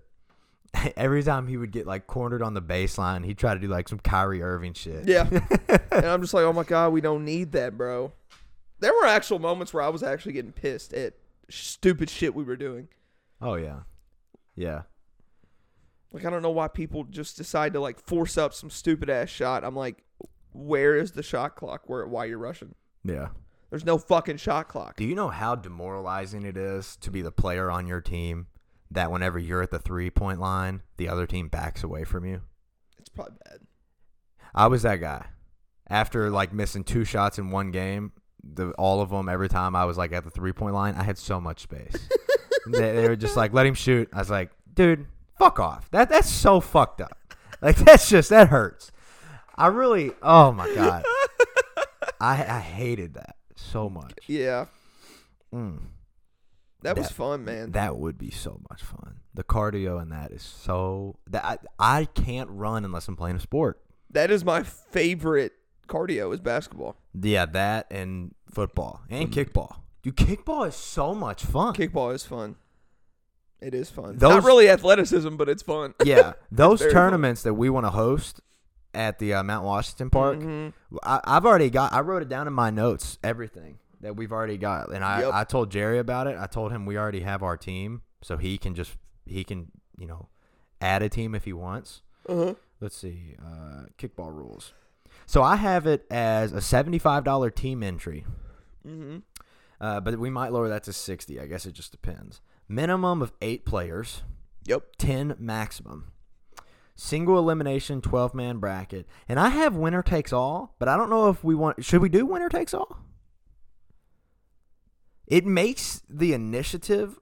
Every time he would get like cornered on the baseline, he'd try to do like some Kyrie Irving shit. Yeah. and I'm just like, oh my God, we don't need that, bro. There were actual moments where I was actually getting pissed at stupid shit we were doing. Oh yeah, yeah. Like I don't know why people just decide to like force up some stupid ass shot. I'm like, where is the shot clock? Where why you're rushing? Yeah. There's no fucking shot clock. Do you know how demoralizing it is to be the player on your team that whenever you're at the three point line, the other team backs away from you? It's probably bad. I was that guy. After like missing two shots in one game, the, all of them every time I was like at the three point line, I had so much space. they, they were just like, "Let him shoot." I was like, "Dude, fuck off." That that's so fucked up. Like that's just that hurts. I really, oh my god. I, I hated that so much. Yeah, Mm. that was That- fun, man. That would be so much fun. The cardio in that is so that I, I can't run unless I'm playing a sport. that is my favorite cardio is basketball. Yeah, that and football and kickball. Dude, kickball is so much fun. Kickball is fun. It is fun. Not Those- really athleticism, but it's fun. yeah, those very fun. tournaments that we want to host at the uh, Mount Washington Park. Mhm. I, I've already got. I wrote it down in my notes. Everything that we've already got, and I, Yep. I told Jerry about it. I told him we already have our team, so he can just he can you know add a team if he wants. Uh-huh. Let's see, uh, kickball rules. So I have it as a seventy-five dollar team entry, Mhm. uh, but we might lower that to sixty. I guess it just depends. Minimum of eight players. Yep. 10 maximum. Single elimination 12 man bracket. And I have winner takes all, but I don't know if we want should we do winner takes all? It makes the initiative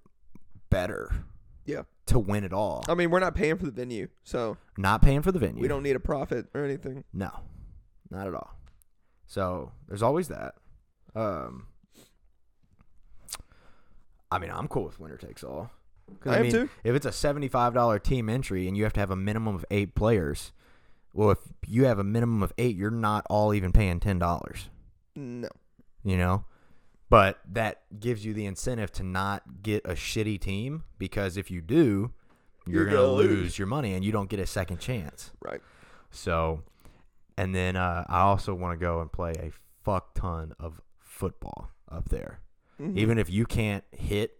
better Yeah. to win it all. I mean, we're not paying for the venue, so Not paying for the venue. we don't need a profit or anything. No. Not at all. So, there's always that. Um I mean, I'm cool with winner takes all. 'Cause, I am mean, too. If it's a seventy-five dollar team entry and you have to have a minimum of eight players, well, if you have a minimum of eight, you're not all even paying ten dollars. No. You know, but that gives you the incentive to not get a shitty team because if you do, you're, You're gonna, gonna lose. lose. your money and you don't get a second chance. Right. So, and then uh, I also want to go and play a fuck ton of football up there. Mhm. Even if you can't hit,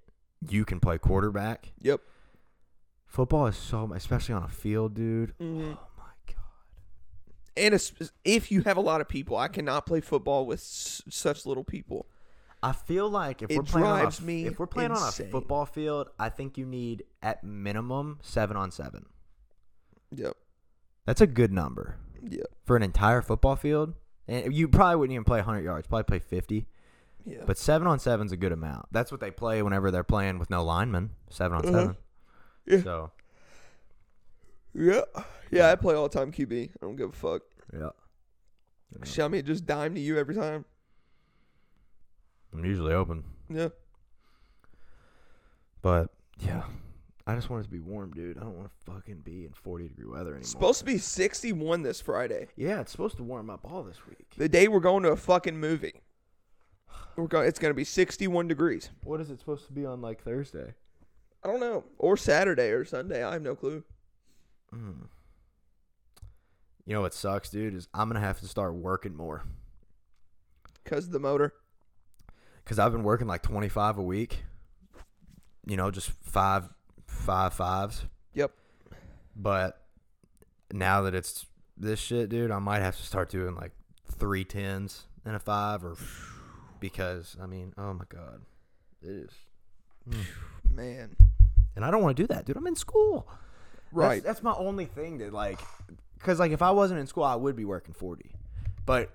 you can play quarterback. Yep. Football is so, especially on a field, dude. Mhm. Oh my god. And it's, if you have a lot of people, I cannot play football with s- such little people. I feel like if It we're playing on drives a, me if we're playing on insane. a football field, I think you need at minimum seven on seven. Yep. That's a good number Yep. for an entire football field. And you probably wouldn't even play 100 yards. Probably play 50. Yeah. But seven on seven's a good amount. That's what they play whenever they're playing with no linemen. Seven on Uh-huh. seven. Yeah. So yeah. Yeah. I play all time QB. I don't give a fuck. yeah, Shit, I mean, just dime to you every time. I'm usually open. Yeah. But yeah, I just want it to be warm, dude. I don't want to fucking be in 40 degree weather anymore. It's supposed to be 61 this Friday. yeah, it's supposed to warm up all this week. The day we're going to a fucking movie. We're going. It's going to be 61 degrees. What is it supposed to be on like Thursday? I don't know. Or Saturday or Sunday. I have no clue. Mm. You know what sucks, dude, is I'm gonna have to start working more Because of the motor. because I've been working like 25 a week. You know, just five, five fives. Yep. But now that it's this shit, dude, I might have to start doing like three tens and a five, or because I mean, oh my god, it is. Man. And I don't want to do that, dude. I'm in school. That's- Right. That's, my only thing that like, because like if I wasn't in school, I would be working forty, but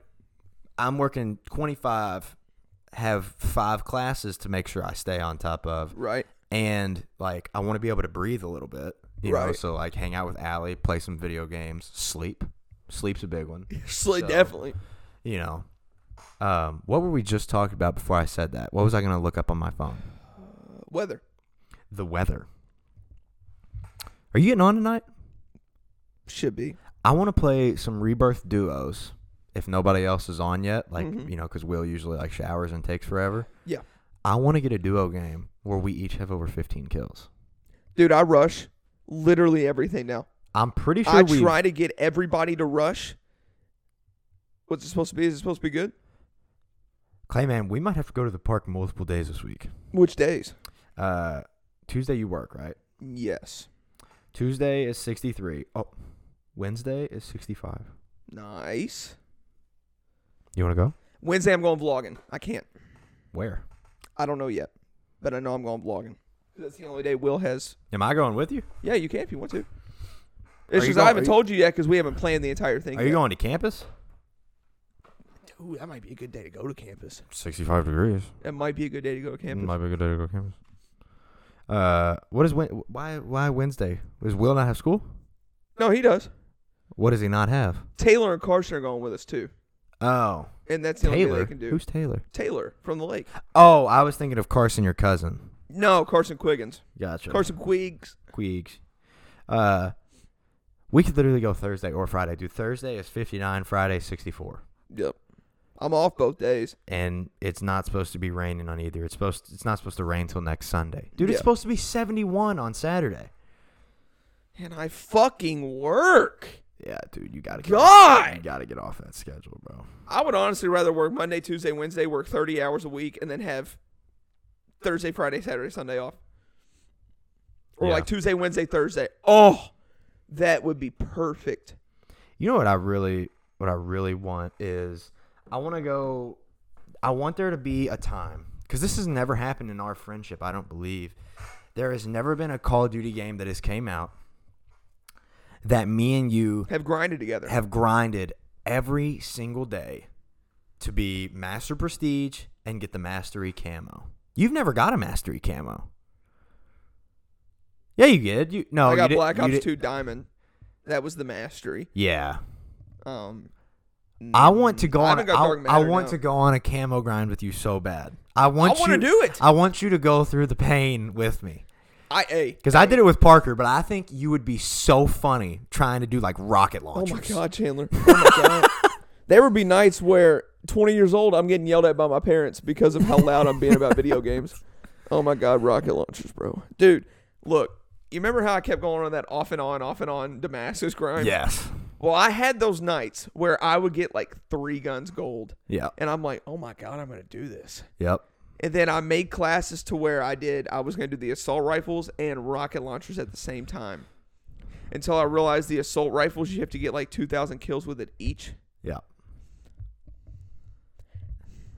I'm working twenty five, have five classes to make sure I stay on top of, Right. and like I want to be able to breathe a little bit, you know. Right. So like hang out with Allie, play some video games, sleep. Sleep's a big one, Sli- So- definitely. you know. Um, what were we just talking about before I said that? What was I gonna look up on my phone? Uh, weather. The weather. Are you getting on tonight? Should be. I want to play some rebirth duos if nobody else is on yet, like Mhm. you know, because Will usually like showers and takes forever. Yeah. I want to get a duo game where we each have over 15 kills. Dude, I rush literally everything now. I'm pretty I sure we. try to get everybody to rush. What's it supposed to be? Is it supposed to be good? Clay man, we might have to go to the park multiple days this week. Which days? Uh, Tuesday you work right? Yes. Tuesday is 63. Oh, Wednesday is 65. Nice. You want to go? Wednesday, I'm going vlogging. I can't. Where? I don't know yet, but I know I'm going vlogging. That's the only day Will has. Am I going with you? Yeah, you can if you want to. It's you just going- I haven't are you- told you yet because we haven't planned the entire thing. Are you going to campus? Ooh, that might be a good day to go to campus. 65 degrees. That might be a good day to go to campus. Might be a good day to go campus. Uh, what is Wed- why why Wednesday? Does Will not have school? No, he does. What does he not have? Taylor and Carson are going with us too. Oh, and that's the only thing Taylor. they can do. Who's Taylor? Taylor from the lake? Oh, I was thinking of Carson, your cousin. No, Carson Quiggins. Gotcha. Carson Quiggs. Queegs. Uh, we could literally go Thursday or Friday. Do Thursday is 59, Friday 64. Yep. I'm off both days. And it's not supposed to be raining on either. It's supposed it's not supposed to rain till next Sunday. Dude, Yeah. it's supposed to be 71 on Saturday. And I fucking work. Yeah, dude, you got to God! got to get off that schedule, bro. I would honestly rather work Monday, Tuesday, Wednesday, work 30 hours a week, and then have Thursday, Friday, Saturday, Sunday off. Or Yeah. like Tuesday, Wednesday, Thursday. Oh, that would be perfect. You know what I really what I really want is I want to go I want there to be a time cuz this has never happened in our friendship, I don't believe. There has never been a Call of Duty game that has came out that me and you Have grinded together. have grinded every single day to be master prestige and get the mastery camo. You've never got a mastery camo. Yeah, you did. You no, I got oh, you did- Black you Ops did- 2 Diamond. That was the mastery. Yeah. Um, I want to go I on. haven't got I, Dark I Matter, want no. to go on a camo grind with you so bad. I want. I wanna you- do it. I want you to go through the pain with me I a because I did it with Parker, but I think you would be so funny trying to do like rocket Oh launchers. my god, Chandler! Oh my god. There would be nights where 20 years old, I'm getting yelled at by my parents because of how loud I'm being about video games. Oh my god, rocket launchers, bro, dude! Look, you remember how I kept going on that off and on, off and on Damascus grind? Yes. Well, I had those nights where I would get like three guns gold, Yep. and I'm like, oh my god, I'm gonna do this. Yep. And then I made classes to where I did I was gonna do the assault rifles and rocket launchers at the same time. Until I realized the assault rifles you have to get like two thousand kills with it each. Yep.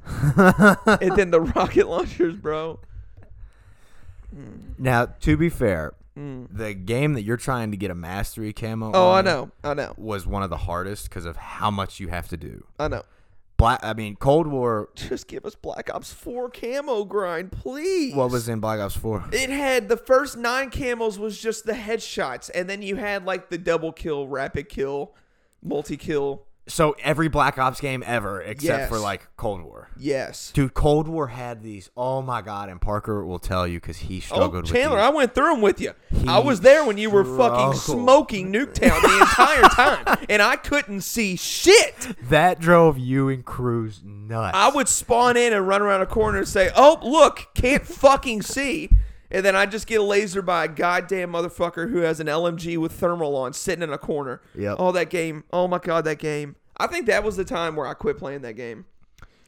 and then the rocket launchers, bro. Now, to be fair, the game that you're trying to get a mastery camo. Mm. Oh, I on know. I know. Was one of the hardest because of how much you have to do. I know. Black. I mean, Cold War. Just give us Black Ops 4 camo grind, please. What was in Black Ops Four? it had the first nine camos was just the headshots, and then you had like the double kill, rapid kill, multi kill. So every Black Ops game ever, except for Yes. like Cold War. Yes. Dude, Cold War had these. Oh my god! And Parker will tell you because he Oh, struggled Chandler, with I went through them with you. He I was there when you were fucking struggled. smoking Nuketown the entire time, and I couldn't see shit. these. that drove you and Cruz nuts. I would spawn in and run around a corner and say, "Oh, look, can't fucking see," and then I just get lasered by a goddamn motherfucker who has an LMG with thermal on, sitting in a corner. Yep. Oh, that game. Oh my god, that game. I think that was the time where I quit playing that game.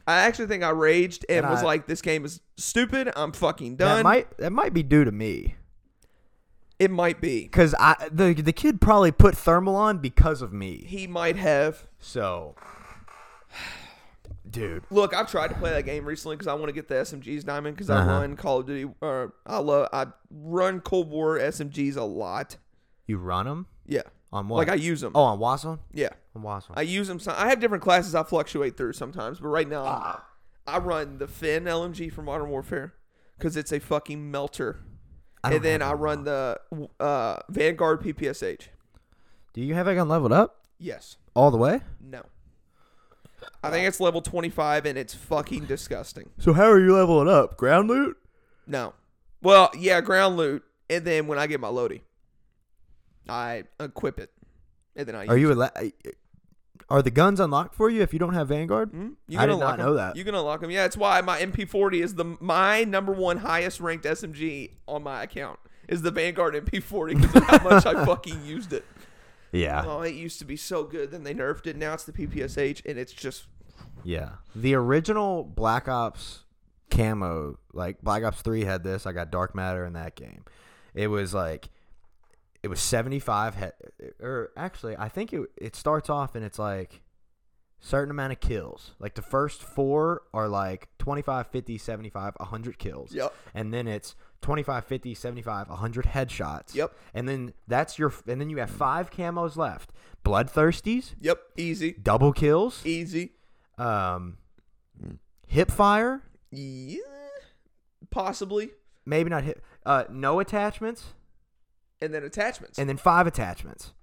I actually think I raged and, And was I- like, "This game is stupid. I'm fucking that done." might that might be due to me it might be. because I the the kid probably put thermal on because of me. He might have. So, dude, Look, I've tried to play that game recently because I want to get the SMGs diamond because Uh-huh. I run Call of Duty or I love I run Cold War SMGs a lot. you run them Yeah, on what? like I use them. oh, on Wason. Yeah, On Wason. I use them. Some, I have different classes I fluctuate through sometimes, but right now Ah. I run the Finn LMG for Modern Warfare because it's a fucking melter, I don't and then have I one. run the uh, Vanguard PPSH. Do you have that gun leveled up Yes, all the way? no. I think it's level twenty five, and it's fucking disgusting. So how are you leveling up? Ground loot? No. Well, yeah, ground loot, and then when I get my loadie, I equip it, and then I. Are use you alle- are the guns unlocked for you if you don't have Vanguard? it. Hmm? You I can did unlock not 'em. know that. You can unlock them. Yeah, that's why my MP40 is the my number one highest ranked SMG on my account is the Vanguard MP40 because of how much I fucking used it. Yeah. Oh, it used to be so good. Then they nerfed it. Now it's the PPSH, and it's just Yeah. The original Black Ops camo, like Black Ops 3 had this. I got Dark Matter in that game. It was like it was 75 he- or actually, I think it it starts off and it's like certain amount of kills. Like the first 4 are like 25, 50, 75, 100 kills. Yep. And then it's 25, 50, 75, 100 headshots. Yep. And then that's your and then you have 5 camos left. Bloodthirsties, yep, easy, double kills easy. um, Hmm. hip fire, Yeah, possibly, maybe not hip, uh, no attachments, and then attachments. and then five attachments,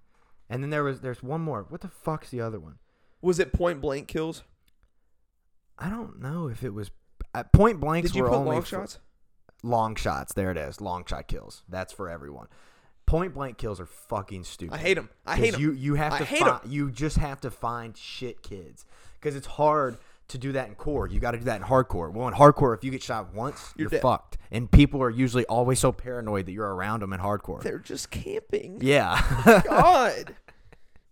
and then there was there's one more. What the fuck's the other one? was it point blank kills? I don't know if it was at point blanks. Did you were put only long for- shots? Long shots. There it is. Long shot kills. That's for everyone. Point blank kills are fucking stupid. I hate them. I 'Cause hate them. You you have I to hate fi- 'em. you just have to find shit kids because it's hard to do that in core. You got to do that in hardcore. Well, in hardcore, if you get shot once, you're, You're dead. fucked. And people are usually always so paranoid that you're around them in hardcore. They're just camping. yeah. God.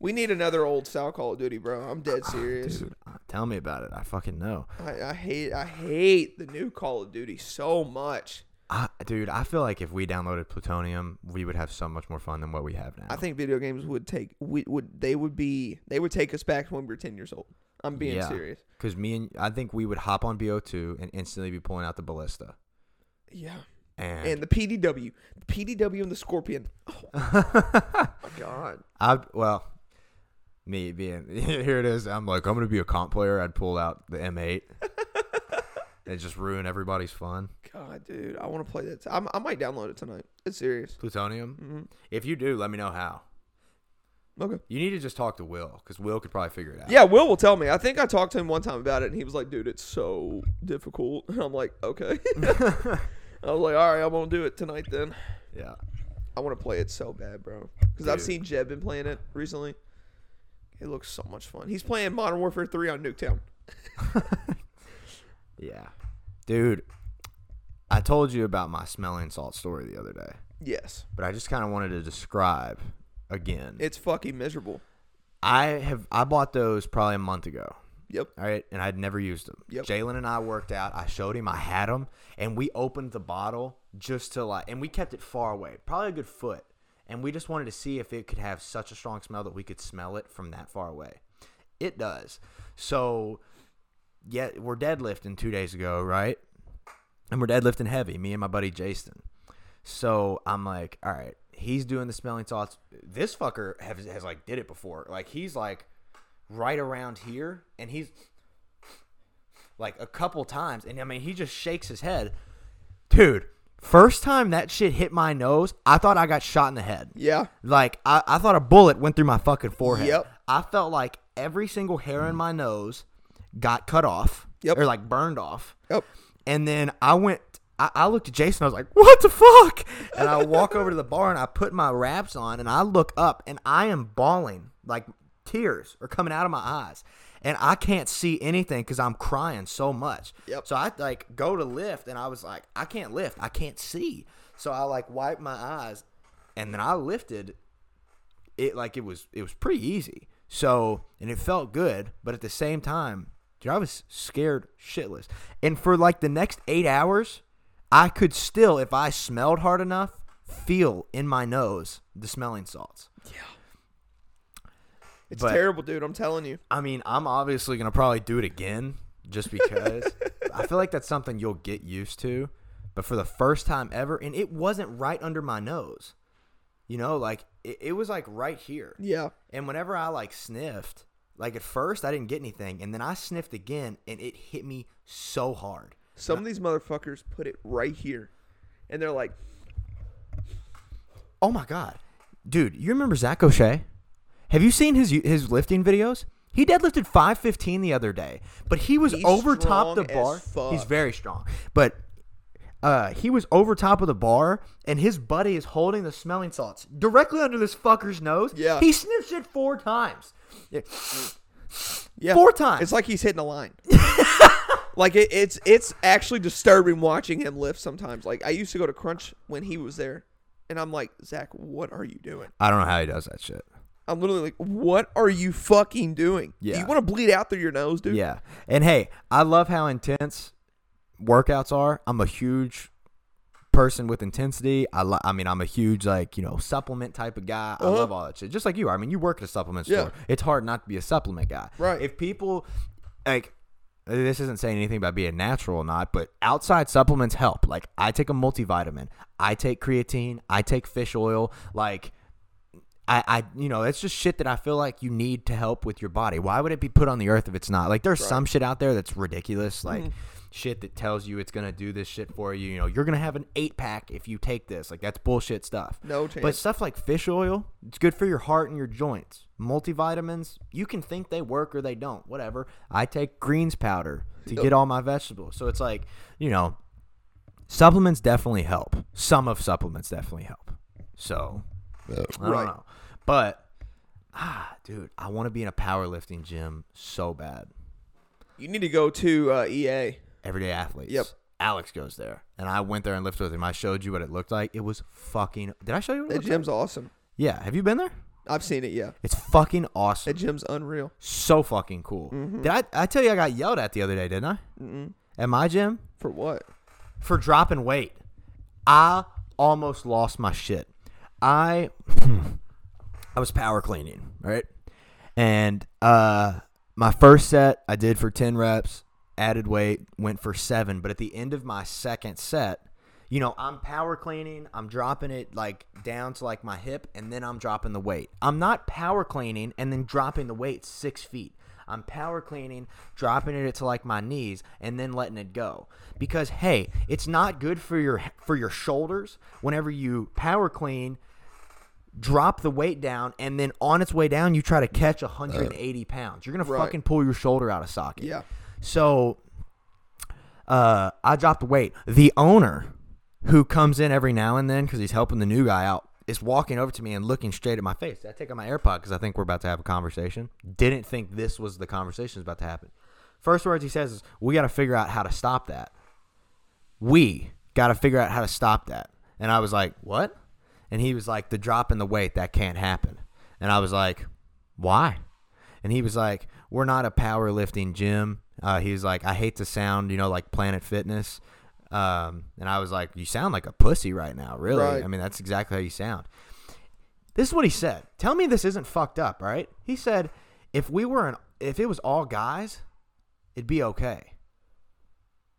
We need another old style Call of Duty, bro. I'm dead serious. Ah, Dude, uh, tell me about it. I fucking know. I, I hate I hate the new Call of Duty so much. I, dude, I feel like if we downloaded Plutonium, we would have so much more fun than what we have now. I think video games would take we would they would be they would take us back to when we were ten years old. I'm being serious. Because me and I think we would hop on BO2 and instantly be pulling out the ballista. Yeah. And, And the PDW, the PDW and the Scorpion. Oh my god. I well, me being here it is. I'm like I'm gonna be a comp player. I'd pull out the M8 and just ruin everybody's fun. God, dude, I want to play that. I'm, I might download it tonight. It's serious. Plutonium. If you do, let me know how. Okay. You need to just talk to Will because Will could probably figure it out. Yeah, Will will tell me. I think I talked to him one time about it, and he was like, "Dude, it's so difficult." And I'm like, "Okay." I was like, "All right, I won't do it tonight then." Yeah. I want to play it so bad, bro, because I've Dude. seen Jeb been playing it recently. It looks so much fun. He's playing Modern Warfare Three on Nuketown. Yeah. Dude, I told you about my smelling salt story the other day, Yes, but I just kind of wanted to describe again. it's fucking miserable. I have I bought those probably a month ago. Yep. All right, and I'd never used them. Yep. Jalen and I worked out. I showed him. I had them, and we opened the bottle just to like, and we kept it far away, probably a good foot, and we just wanted to see if it could have such a strong smell that we could smell it from that far away. It does. So, yeah, we're deadlifting two days ago, right? And we're deadlifting heavy. Me and my buddy Jason. So I'm like, all right, he's doing the smelling salts. This fucker has, has like did it before. Like he's like right around here, and he's like a couple times, and I mean he just shakes his head, dude. First time that shit hit my nose, I thought I got shot in the head. Yeah. Like I, I thought a bullet went through my fucking forehead. Yep. I felt like every single hair in my nose got cut off. Yep. Or like burned off. Yep. And then I went. I, I looked at Jason. I was like, "What the fuck?" And I walk over to the bar and I put my wraps on and I look up and I am bawling, like tears are coming out of my eyes, and I can't see anything because I'm crying so much. Yep. So I like go to lift and I was like, "I can't lift. I can't see." So I like wiped my eyes, and then I lifted it like it was it was pretty easy. So and it felt good, but at the same time, dude, I was scared shitless. And for like the next eight hours, I could still, if I smelled hard enough, feel in my nose the smelling salts. It's But- terrible, dude. I'm telling you. I mean, I'm obviously gonna probably do it again just because I feel like that's something you'll get used to. But for the first time ever, and it wasn't right under my nose. You know, like it, it was like right here. Yeah. And whenever I like sniffed, like at first I didn't get anything, and then I sniffed again, and it hit me so hard. Some of these motherfuckers put it right here, and they're like, Oh my god, dude! You remember Zach O'Shea? Have you seen his his lifting videos? He deadlifted 515 the other day, but he was He's over top strong the as bar. fuck. He's very strong, but uh, he was over top of the bar, and his buddy is holding the smelling salts directly under this fucker's nose. Yeah. he sniffs it four times. Yeah. yeah, Four times. It's like he's hitting a line. like it, it's it's actually disturbing watching him lift sometimes. Like I used to go to Crunch when he was there, and I'm like, Zach, what are you doing? I don't know how he does that shit. I'm literally like, what are you fucking doing? Yeah. you want to bleed out through your nose, dude? Yeah. And hey, I love how intense workouts are. I'm a huge person with intensity. I lo- I mean, I'm a huge like, you know, supplement type of guy. I Uh-huh. love all that shit. Just like you are. I mean, you work at a supplement store. Yeah. It's hard not to be a supplement guy. Right. If people like this isn't saying anything about being natural or not, but outside supplements help. Like I take a multivitamin, I take creatine, I take fish oil, like I, I you know it's just shit that I feel like you need to help with your body. Why would it be put on the earth if it's not? Like there's some shit out there that's ridiculous, Mm-hmm. like shit that tells you it's gonna do this shit for you. You know you're gonna have an eight pack if you take this. Like that's bullshit stuff. No But chance. stuff like fish oil, it's good for your heart and your joints. Multivitamins, you can think they work or they don't, whatever. I take greens powder. to get all my vegetables. So it's like, you know, supplements definitely help. Some of supplements definitely help. So I don't Right. know. But ah, dude, I want to be in a powerlifting gym so bad. You need to go to uh, EA. Everyday athletes. Yep. Alex goes there, and I went there and lifted with him. I showed you what it looked like. It was fucking. Did I show you? What it That looked like? gym's awesome. Yeah. Have you been there? I've seen it. Yeah, It's fucking awesome. that gym's unreal. so fucking cool. Did I? I tell you, I got yelled at the other day, didn't I? Mm-hmm. Mm-mm. At my gym For what? for dropping weight. I almost lost my shit. I I was power cleaning, right? And uh my first set I did for 10 reps, added weight, went for 7, but at the end of my second set, you know, I'm power cleaning, I'm dropping it like down to like my hip and then I'm dropping the weight. I'm not power cleaning and then dropping the weight 6 feet. I'm power cleaning, dropping it to like my knees, and then letting it go. Because hey, it's not good for your for your shoulders whenever you power clean drop the weight down, and then on its way down, you try to catch 180 pounds. You're gonna Right. fucking pull your shoulder out of socket. Yeah. So, uh, I dropped the weight. The owner, who comes in every now and then because he's helping the new guy out, is walking over to me and looking straight at my face. I take out my AirPod because I think we're about to have a conversation. Didn't think this was the conversation that's about to happen. First words he says is, "We got to figure out how to stop that." we got to figure out how to stop that. And I was like, what? And he was like, the drop in the weight, that can't happen. And I was like, why? And he was like, we're not a powerlifting gym. Uh, he was like, I hate to sound, you know, like Planet Fitness. Um, and I was like, you sound like a pussy right now, really. Right. I mean, that's exactly how you sound. This is what he said. Tell me this isn't fucked up, all right? He said, if we were an, if it was all guys, it'd be okay.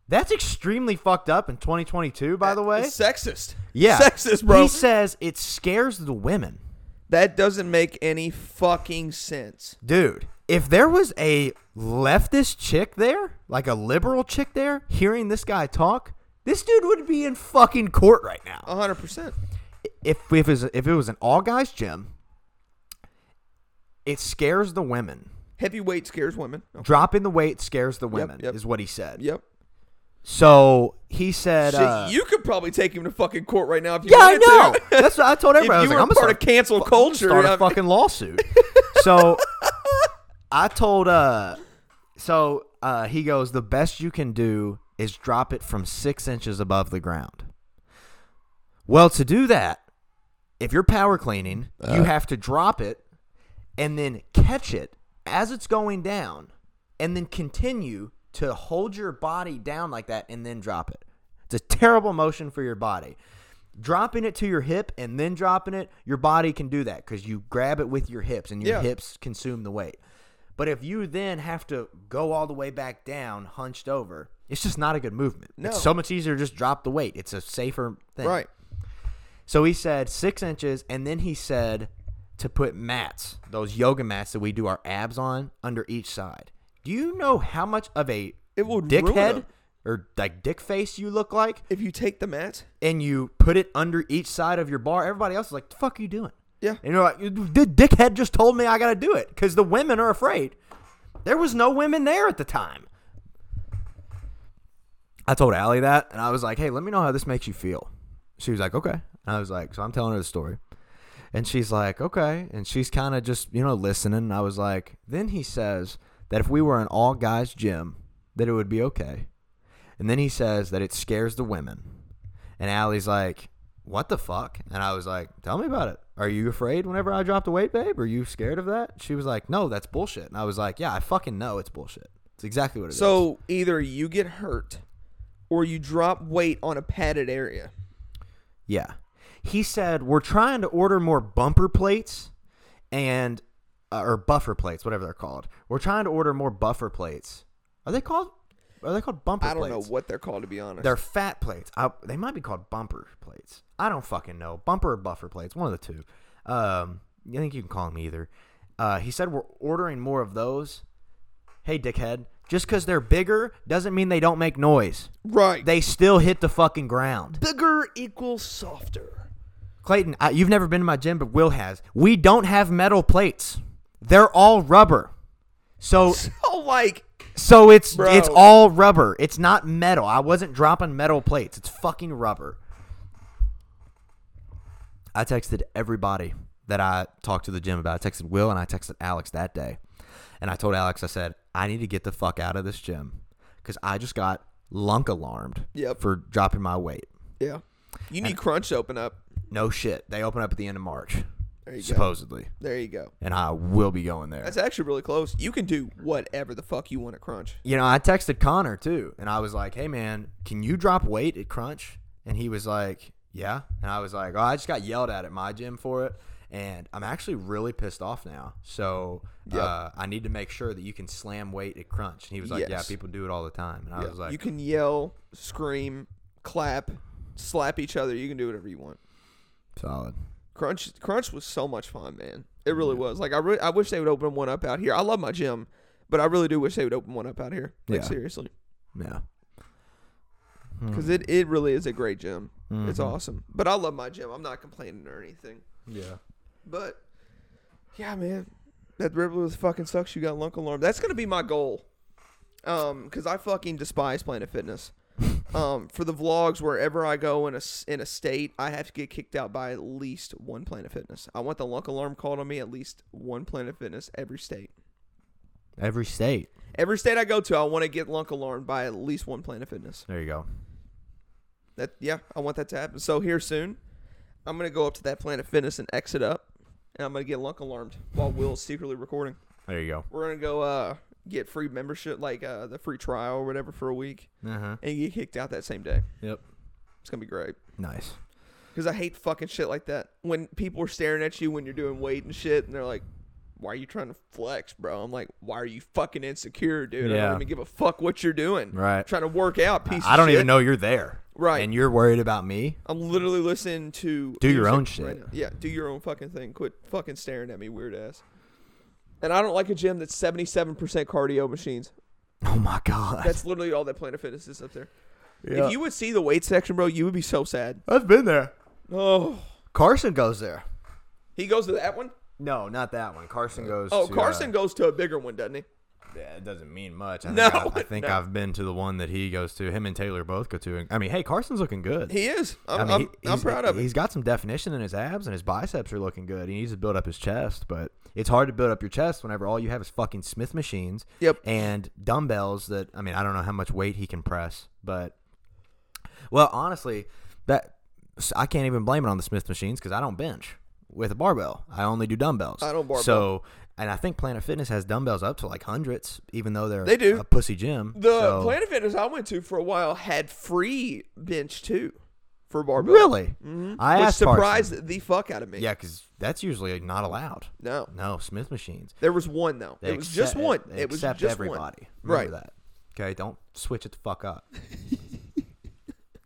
That's extremely fucked up in 2022, by the way. It's sexist. yeah. sexist, bro. He says it scares the women. that doesn't make any fucking sense. Dude, if there was a leftist chick there, like a liberal chick there, hearing this guy talk, this dude would be in fucking court right now. A hundred percent. if if it was, if it was an all guys gym, it scares the women. Heavyweight scares women. Oh, Dropping the weight scares the women yep. is what he said. Yep. So he said, Shit, uh, you could probably take him to fucking court right now if you "Yeah, I wanted know." to. That's what I told if you everybody. I was were like, "I'm gonna part start of cancel culture, start I- a fucking lawsuit. so I told uh so uh he goes, the best you can do is drop it from six inches above the ground. Well, to do that, if you're power cleaning, you Uh. have to drop it and then catch it as it's going down and then continue to hold your body down like that and then drop it. It's a terrible motion for your body. Dropping it to your hip and then dropping it, your body can do that because you grab it with your hips and your Yeah. hips consume the weight. But if you then have to go all the way back down, hunched over, it's just not a good movement. No. It's so much easier to just drop the weight. It's a safer thing. right. So he said six inches, and then he said to put mats, those yoga mats that we do our abs on, under each side. Do you know how much of a It will ruin dickhead them. or like dick face you look like? If you take the mats, And you put it under each side of your bar. Everybody else is like, "The fuck are you doing?" yeah. And you're like, "The dickhead just told me I got to do it," because the women are afraid. There was no women there at the time. I told Allie that, and I was like, "Hey, let me know how this makes you feel." She was like, "Okay," and I was like, "So I'm telling her the story," and she's like, "Okay," and she's kind of just you know listening. And I was like, "Then he says that if we were an all guys gym, that it would be okay," and then he says that it scares the women, and Allie's like, "What the fuck?" And I was like, "Tell me about it. Are you afraid whenever I drop the weight, babe? Are you scared of that?" She was like, "No, that's bullshit," and I was like, "Yeah, I fucking know it's bullshit. It's exactly what it is." So either you get hurt, or you drop weight on a padded area. Yeah. He said, We're trying to order more bumper plates and, uh, or buffer plates, whatever they're called. We're trying to order more buffer plates. Are they called, are they called bumper I don't know plates? what they're called to be honest. They're fat plates. I, they might be called bumper plates. I don't fucking know. Bumper or buffer plates, one of the two. Um, I think you can call them either. Uh, he said, We're ordering more of those. Hey, dickhead. Just because they're bigger doesn't mean they don't make noise. right. They still hit the fucking ground. bigger equals softer. Clayton, I, you've never been to my gym, but Will has. We don't have metal plates. They're all rubber. So So like So it's Bro. it's all rubber. It's not metal. I wasn't dropping metal plates. It's fucking rubber. I texted everybody that I talked to the gym about. I texted Will and I texted Alex that day. And I told Alex, I said, I need to get the fuck out of this gym because I just got lunk alarmed Yep. for dropping my weight. Yeah. You need Crunch to open up. No shit. They open up at the end of March, There you go. supposedly. There you go. And I will be going there. That's actually really close. You can do whatever the fuck you want at Crunch. you know, I texted Connor too, and I was like, "Hey, man, can you drop weight at Crunch?" And he was like, "Yeah." And I was like, "Oh, I just got yelled at at my gym for it, and I'm actually really pissed off now. So uh, I need to make sure that you can slam weight at Crunch." And he was like, "Yeah, Yes. people do it all the time." And I was like, you can yell, scream, clap, slap each other. You can do whatever you want. "Solid." Crunch Crunch was so much fun, man. It really was. Like I re- I wish they would open one up out here. I love my gym, but I really do wish they would open one up out here. Like Yeah. seriously, Yeah. Hmm. because it, it really is a great gym. It's awesome. But I love my gym. I'm not complaining or anything. Yeah. But yeah, man, that river was fucking sucks. You got lunk alarm. That's gonna be my goal. Um, because I fucking despise Planet Fitness. Um, for the vlogs, wherever I go in a s- in a state, I have to get kicked out by at least one Planet Fitness. I want the lunk alarm called on me at least one Planet Fitness every state. Every state. Every state I go to, I want to get lunk alarmed by at least one Planet Fitness. There you go. That yeah, I want that to happen. So here soon, I'm gonna go up to that Planet Fitness and exit up, and I'm gonna get lunk alarmed while Will's secretly recording. There you go. we're gonna go uh get free membership like uh the free trial or whatever for a week Uh huh. and get kicked out that same day Yep. it's gonna be great Nice. because i hate fucking shit like that when people are staring at you when you're doing weight and shit and they're like why are you trying to flex bro i'm like why are you fucking insecure dude i Yeah. don't even give a fuck what you're doing Right. trying to work out piece I of don't even shit. know you're there. Right. And you're worried about me. i'm literally listening to Do your music own right shit. now. yeah do your own fucking thing quit fucking staring at me weird ass and i don't like a gym that's 77% cardio machines Oh my god. That's literally all that Planet Fitness is up there. If you would see the weight section, bro, you would be so sad. I've been there. Oh, Carson goes there. he goes to that one. No, not that one. Carson goes. Oh, to, Carson uh, goes to a bigger one, doesn't he? yeah, it doesn't mean much. I No, think I, I think no. I've been to the one that he goes to. Him and Taylor both go to. And, I mean, hey, Carson's looking good. He is. I'm, I I'm, mean, he- I'm he's- proud of him. He's got some definition in his abs, and his biceps are looking good. He needs to build up his chest, but it's hard to build up your chest whenever all you have is fucking Smith machines. Yep. And dumbbells that I mean I don't know how much weight he can press, but well, honestly, that I can't even blame it on the Smith machines because I don't bench with a barbell. I only do dumbbells. I don't barbell. So. And I think Planet Fitness has dumbbells up to like hundreds, even though they're They do. a pussy gym. The So- Planet Fitness I went to for a while had free bench too for barbell. really, I Mm-hmm. Which asked Carson. surprised the fuck out of me. Yeah, because that's usually not allowed. No, No, Smith machines. there was one though. They it was just accept- e-, one. they It was accept just one. everybody. Right. Remember that. Okay, don't switch it the fuck up.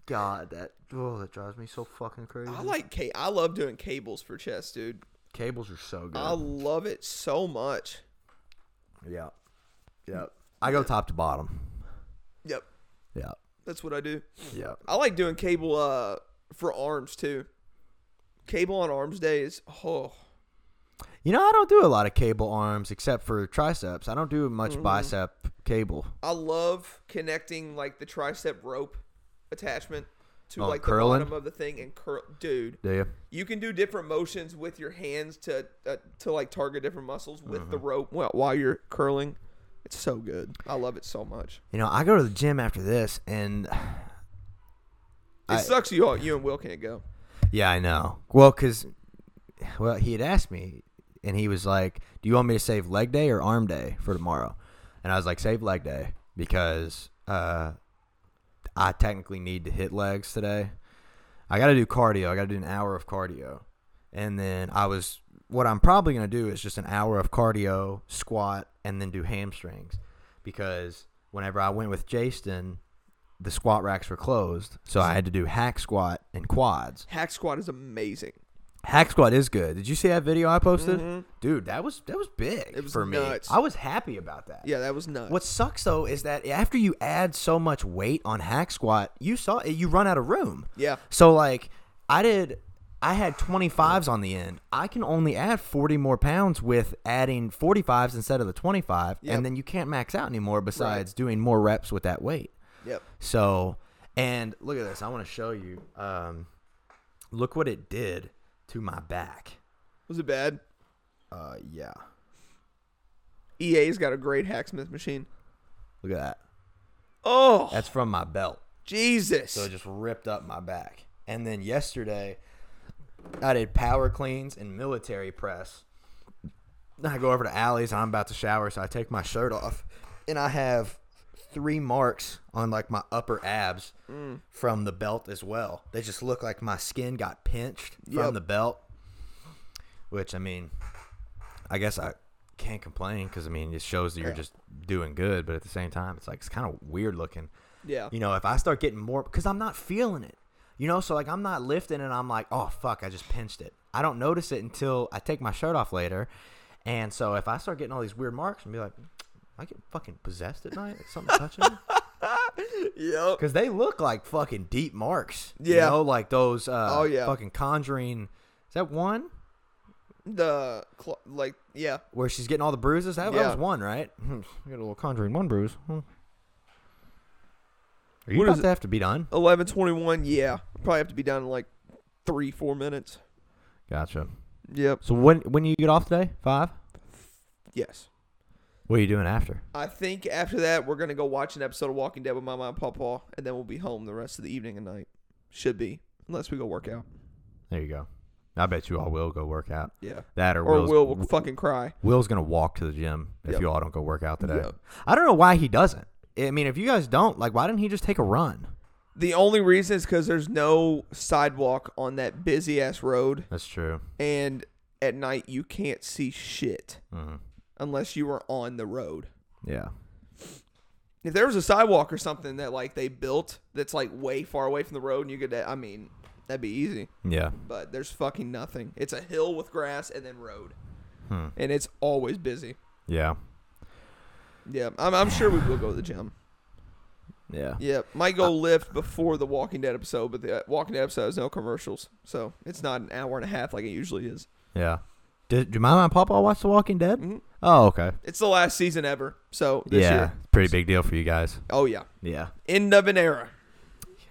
God, that oh, that drives me so fucking crazy. I like. Ca- I love doing cables for chest, dude. cables are so good. I love it so much. yeah, yeah. I go top to bottom. Yep, Yeah, that's what I do. yeah. I like doing cable uh for arms too. Cable on arms day is oh You know, I don't do a lot of cable arms except for triceps. I don't do Mm-hmm. much bicep cable. I love connecting like the tricep rope attachment to Oh, like curling? the bottom of the thing and curl dude. Do you? You can do different motions with your hands to uh, to like target different muscles with Mm-hmm. the rope while, while you're curling. It's so good. I love it so much. You know, I go to the gym after this, and It I- sucks you all you and Will can't go. Yeah, I know. Well, because well, he had asked me, and he was like, "Do you want me to save leg day or arm day for tomorrow?" And I was like, "Save leg day because uh, I technically need to hit legs today. I got to do cardio. I got to do an hour of cardio, and then I was what I'm probably gonna do is just an hour of cardio, squat, and then do hamstrings because whenever I went with Jason." The squat racks were closed, so I had to do hack squat and quads. Hack squat is amazing. Hack Squad is good. Did you see that video I posted? Dude, that was that was big Mm-hmm. It was for me. nuts. I was happy about that. Yeah, that was nuts. What sucks though is that after you add so much weight on hack squat, you saw you run out of room. Yeah. So like I did I had 25s on the end. I can only add 40 more pounds with adding 45s instead of the 25, Yep. and then you can't max out anymore besides doing more reps with that weight. Yep. So, and look at this. I want to show you. Um, look what it did to my back. Was it bad? Uh, yeah. EA's E got a great hacksmith machine. Look at that. Oh, That's from my belt. Jesus. So it just ripped up my back. And then yesterday, I did power cleans and military press. Then I go over to Allie's. I'm about to shower, so I take my shirt off, and I have three marks on like my upper abs Mm. from the belt as well. They just look like my skin got pinched Yep. from the belt. Which I mean, I guess I can't complain because I mean it shows that you're Yeah. just doing good, but at the same time, it's like it's kind of weird looking. yeah. You know, if I start getting more, because I'm not feeling it. You know, so like I'm not lifting and I'm like, oh, fuck, I just pinched it. I don't notice it until I take my shirt off later. And so if I start getting all these weird marks and be like, I get fucking possessed at night, Is something touching me. Yep. Because they look like fucking deep marks. You Yeah. know, like those uh, Oh, yeah. fucking conjuring. Is that one? The cl- like yeah. Where she's getting all the bruises? That, that Yeah. was one, right? Hmm, I got a little conjuring one bruise. Hmm. Are you What is about to have to be done? Eleven twenty one. Yeah. Probably have to be done in like three four minutes. Gotcha. Yep. So when when you get off today? Five. Yes. What are you doing after? I think after that we're gonna go watch an episode of Walking Dead with my mom and papa, and then we'll be home the rest of the evening and night. Should be unless we go work out. There you go. I bet you all will go work out. Yeah. That or, Or Will's, Will will fucking cry. Will's gonna walk to the gym if Yep. you all don't go work out today. Yep. I don't know why he doesn't. I mean, if you guys don't, like, why didn't he just take a run? The only reason is because there's no sidewalk on that busy ass road, That's true. and at night you can't see shit Mm-hmm. unless you are on the road. Yeah. If there was a sidewalk or something that like they built that's like way far away from the road, and you could, I mean, that'd be easy. Yeah. But there's fucking nothing. It's a hill with grass and then road, Hmm. and it's always busy. Yeah. Yeah, I'm, I'm sure we will go to the gym. Yeah. Yeah, might Uh, go lift before the Walking Dead episode, but the uh, Walking Dead episode has no commercials, so it's not an hour and a half like it usually is. Yeah. Did, did my mom and papa watch The Walking Dead? Mhm. Oh, okay. It's the last season ever. So this yeah. year, Pretty big deal for you guys. oh yeah, Yeah. end of an era.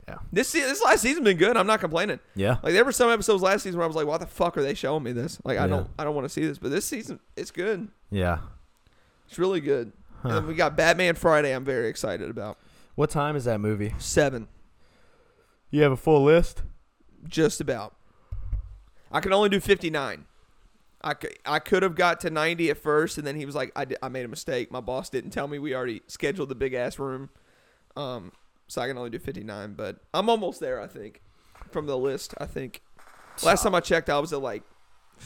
Yeah. This se- this last season's been good. I'm not complaining. Yeah. Like there were some episodes last season where I was like, "Why the fuck are they showing me this?" Like I Yeah. don't I don't want to see this. But this season, it's good. Yeah. It's really good. Huh. And then we got Batman Friday. I'm very excited about What time is that movie? seven, You have a full list? just about. I can only do 59. I could, I could have got to 90 at first, and then he was like, I, di- I made a mistake. My boss didn't tell me we already scheduled the big ass room. Um, so I can only do 59, but I'm almost there, I think, from the list. I think last time I checked, I was at like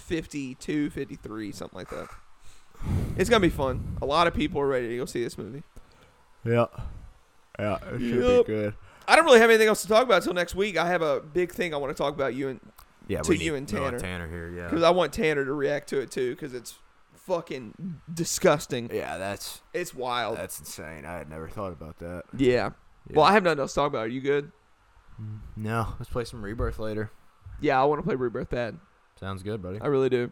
52, 53, something like that. It's going to be fun. A lot of people are ready to go see this movie. Yeah. Yeah. It should be Yep. good. I don't really have anything else to talk about until next week. I have a big thing I want to talk about you and Yeah. To we you need- and we want Tanner. Tanner here. Yeah. because I want Tanner to react to it too because it's fucking disgusting. Yeah, that's It's wild. that's insane. I had never thought about that. yeah. Well, I have nothing else to talk about. Are you good? Mm, no, let's play some Rebirth later. Yeah, I want to play Rebirth bad. Sounds good, buddy. I really do.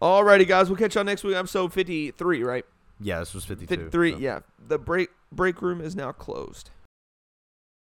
Alrighty, guys. We'll catch y'all next week. Episode 53, right? Yeah, this was fifty-two. 53, so- yeah. The break break room is now closed.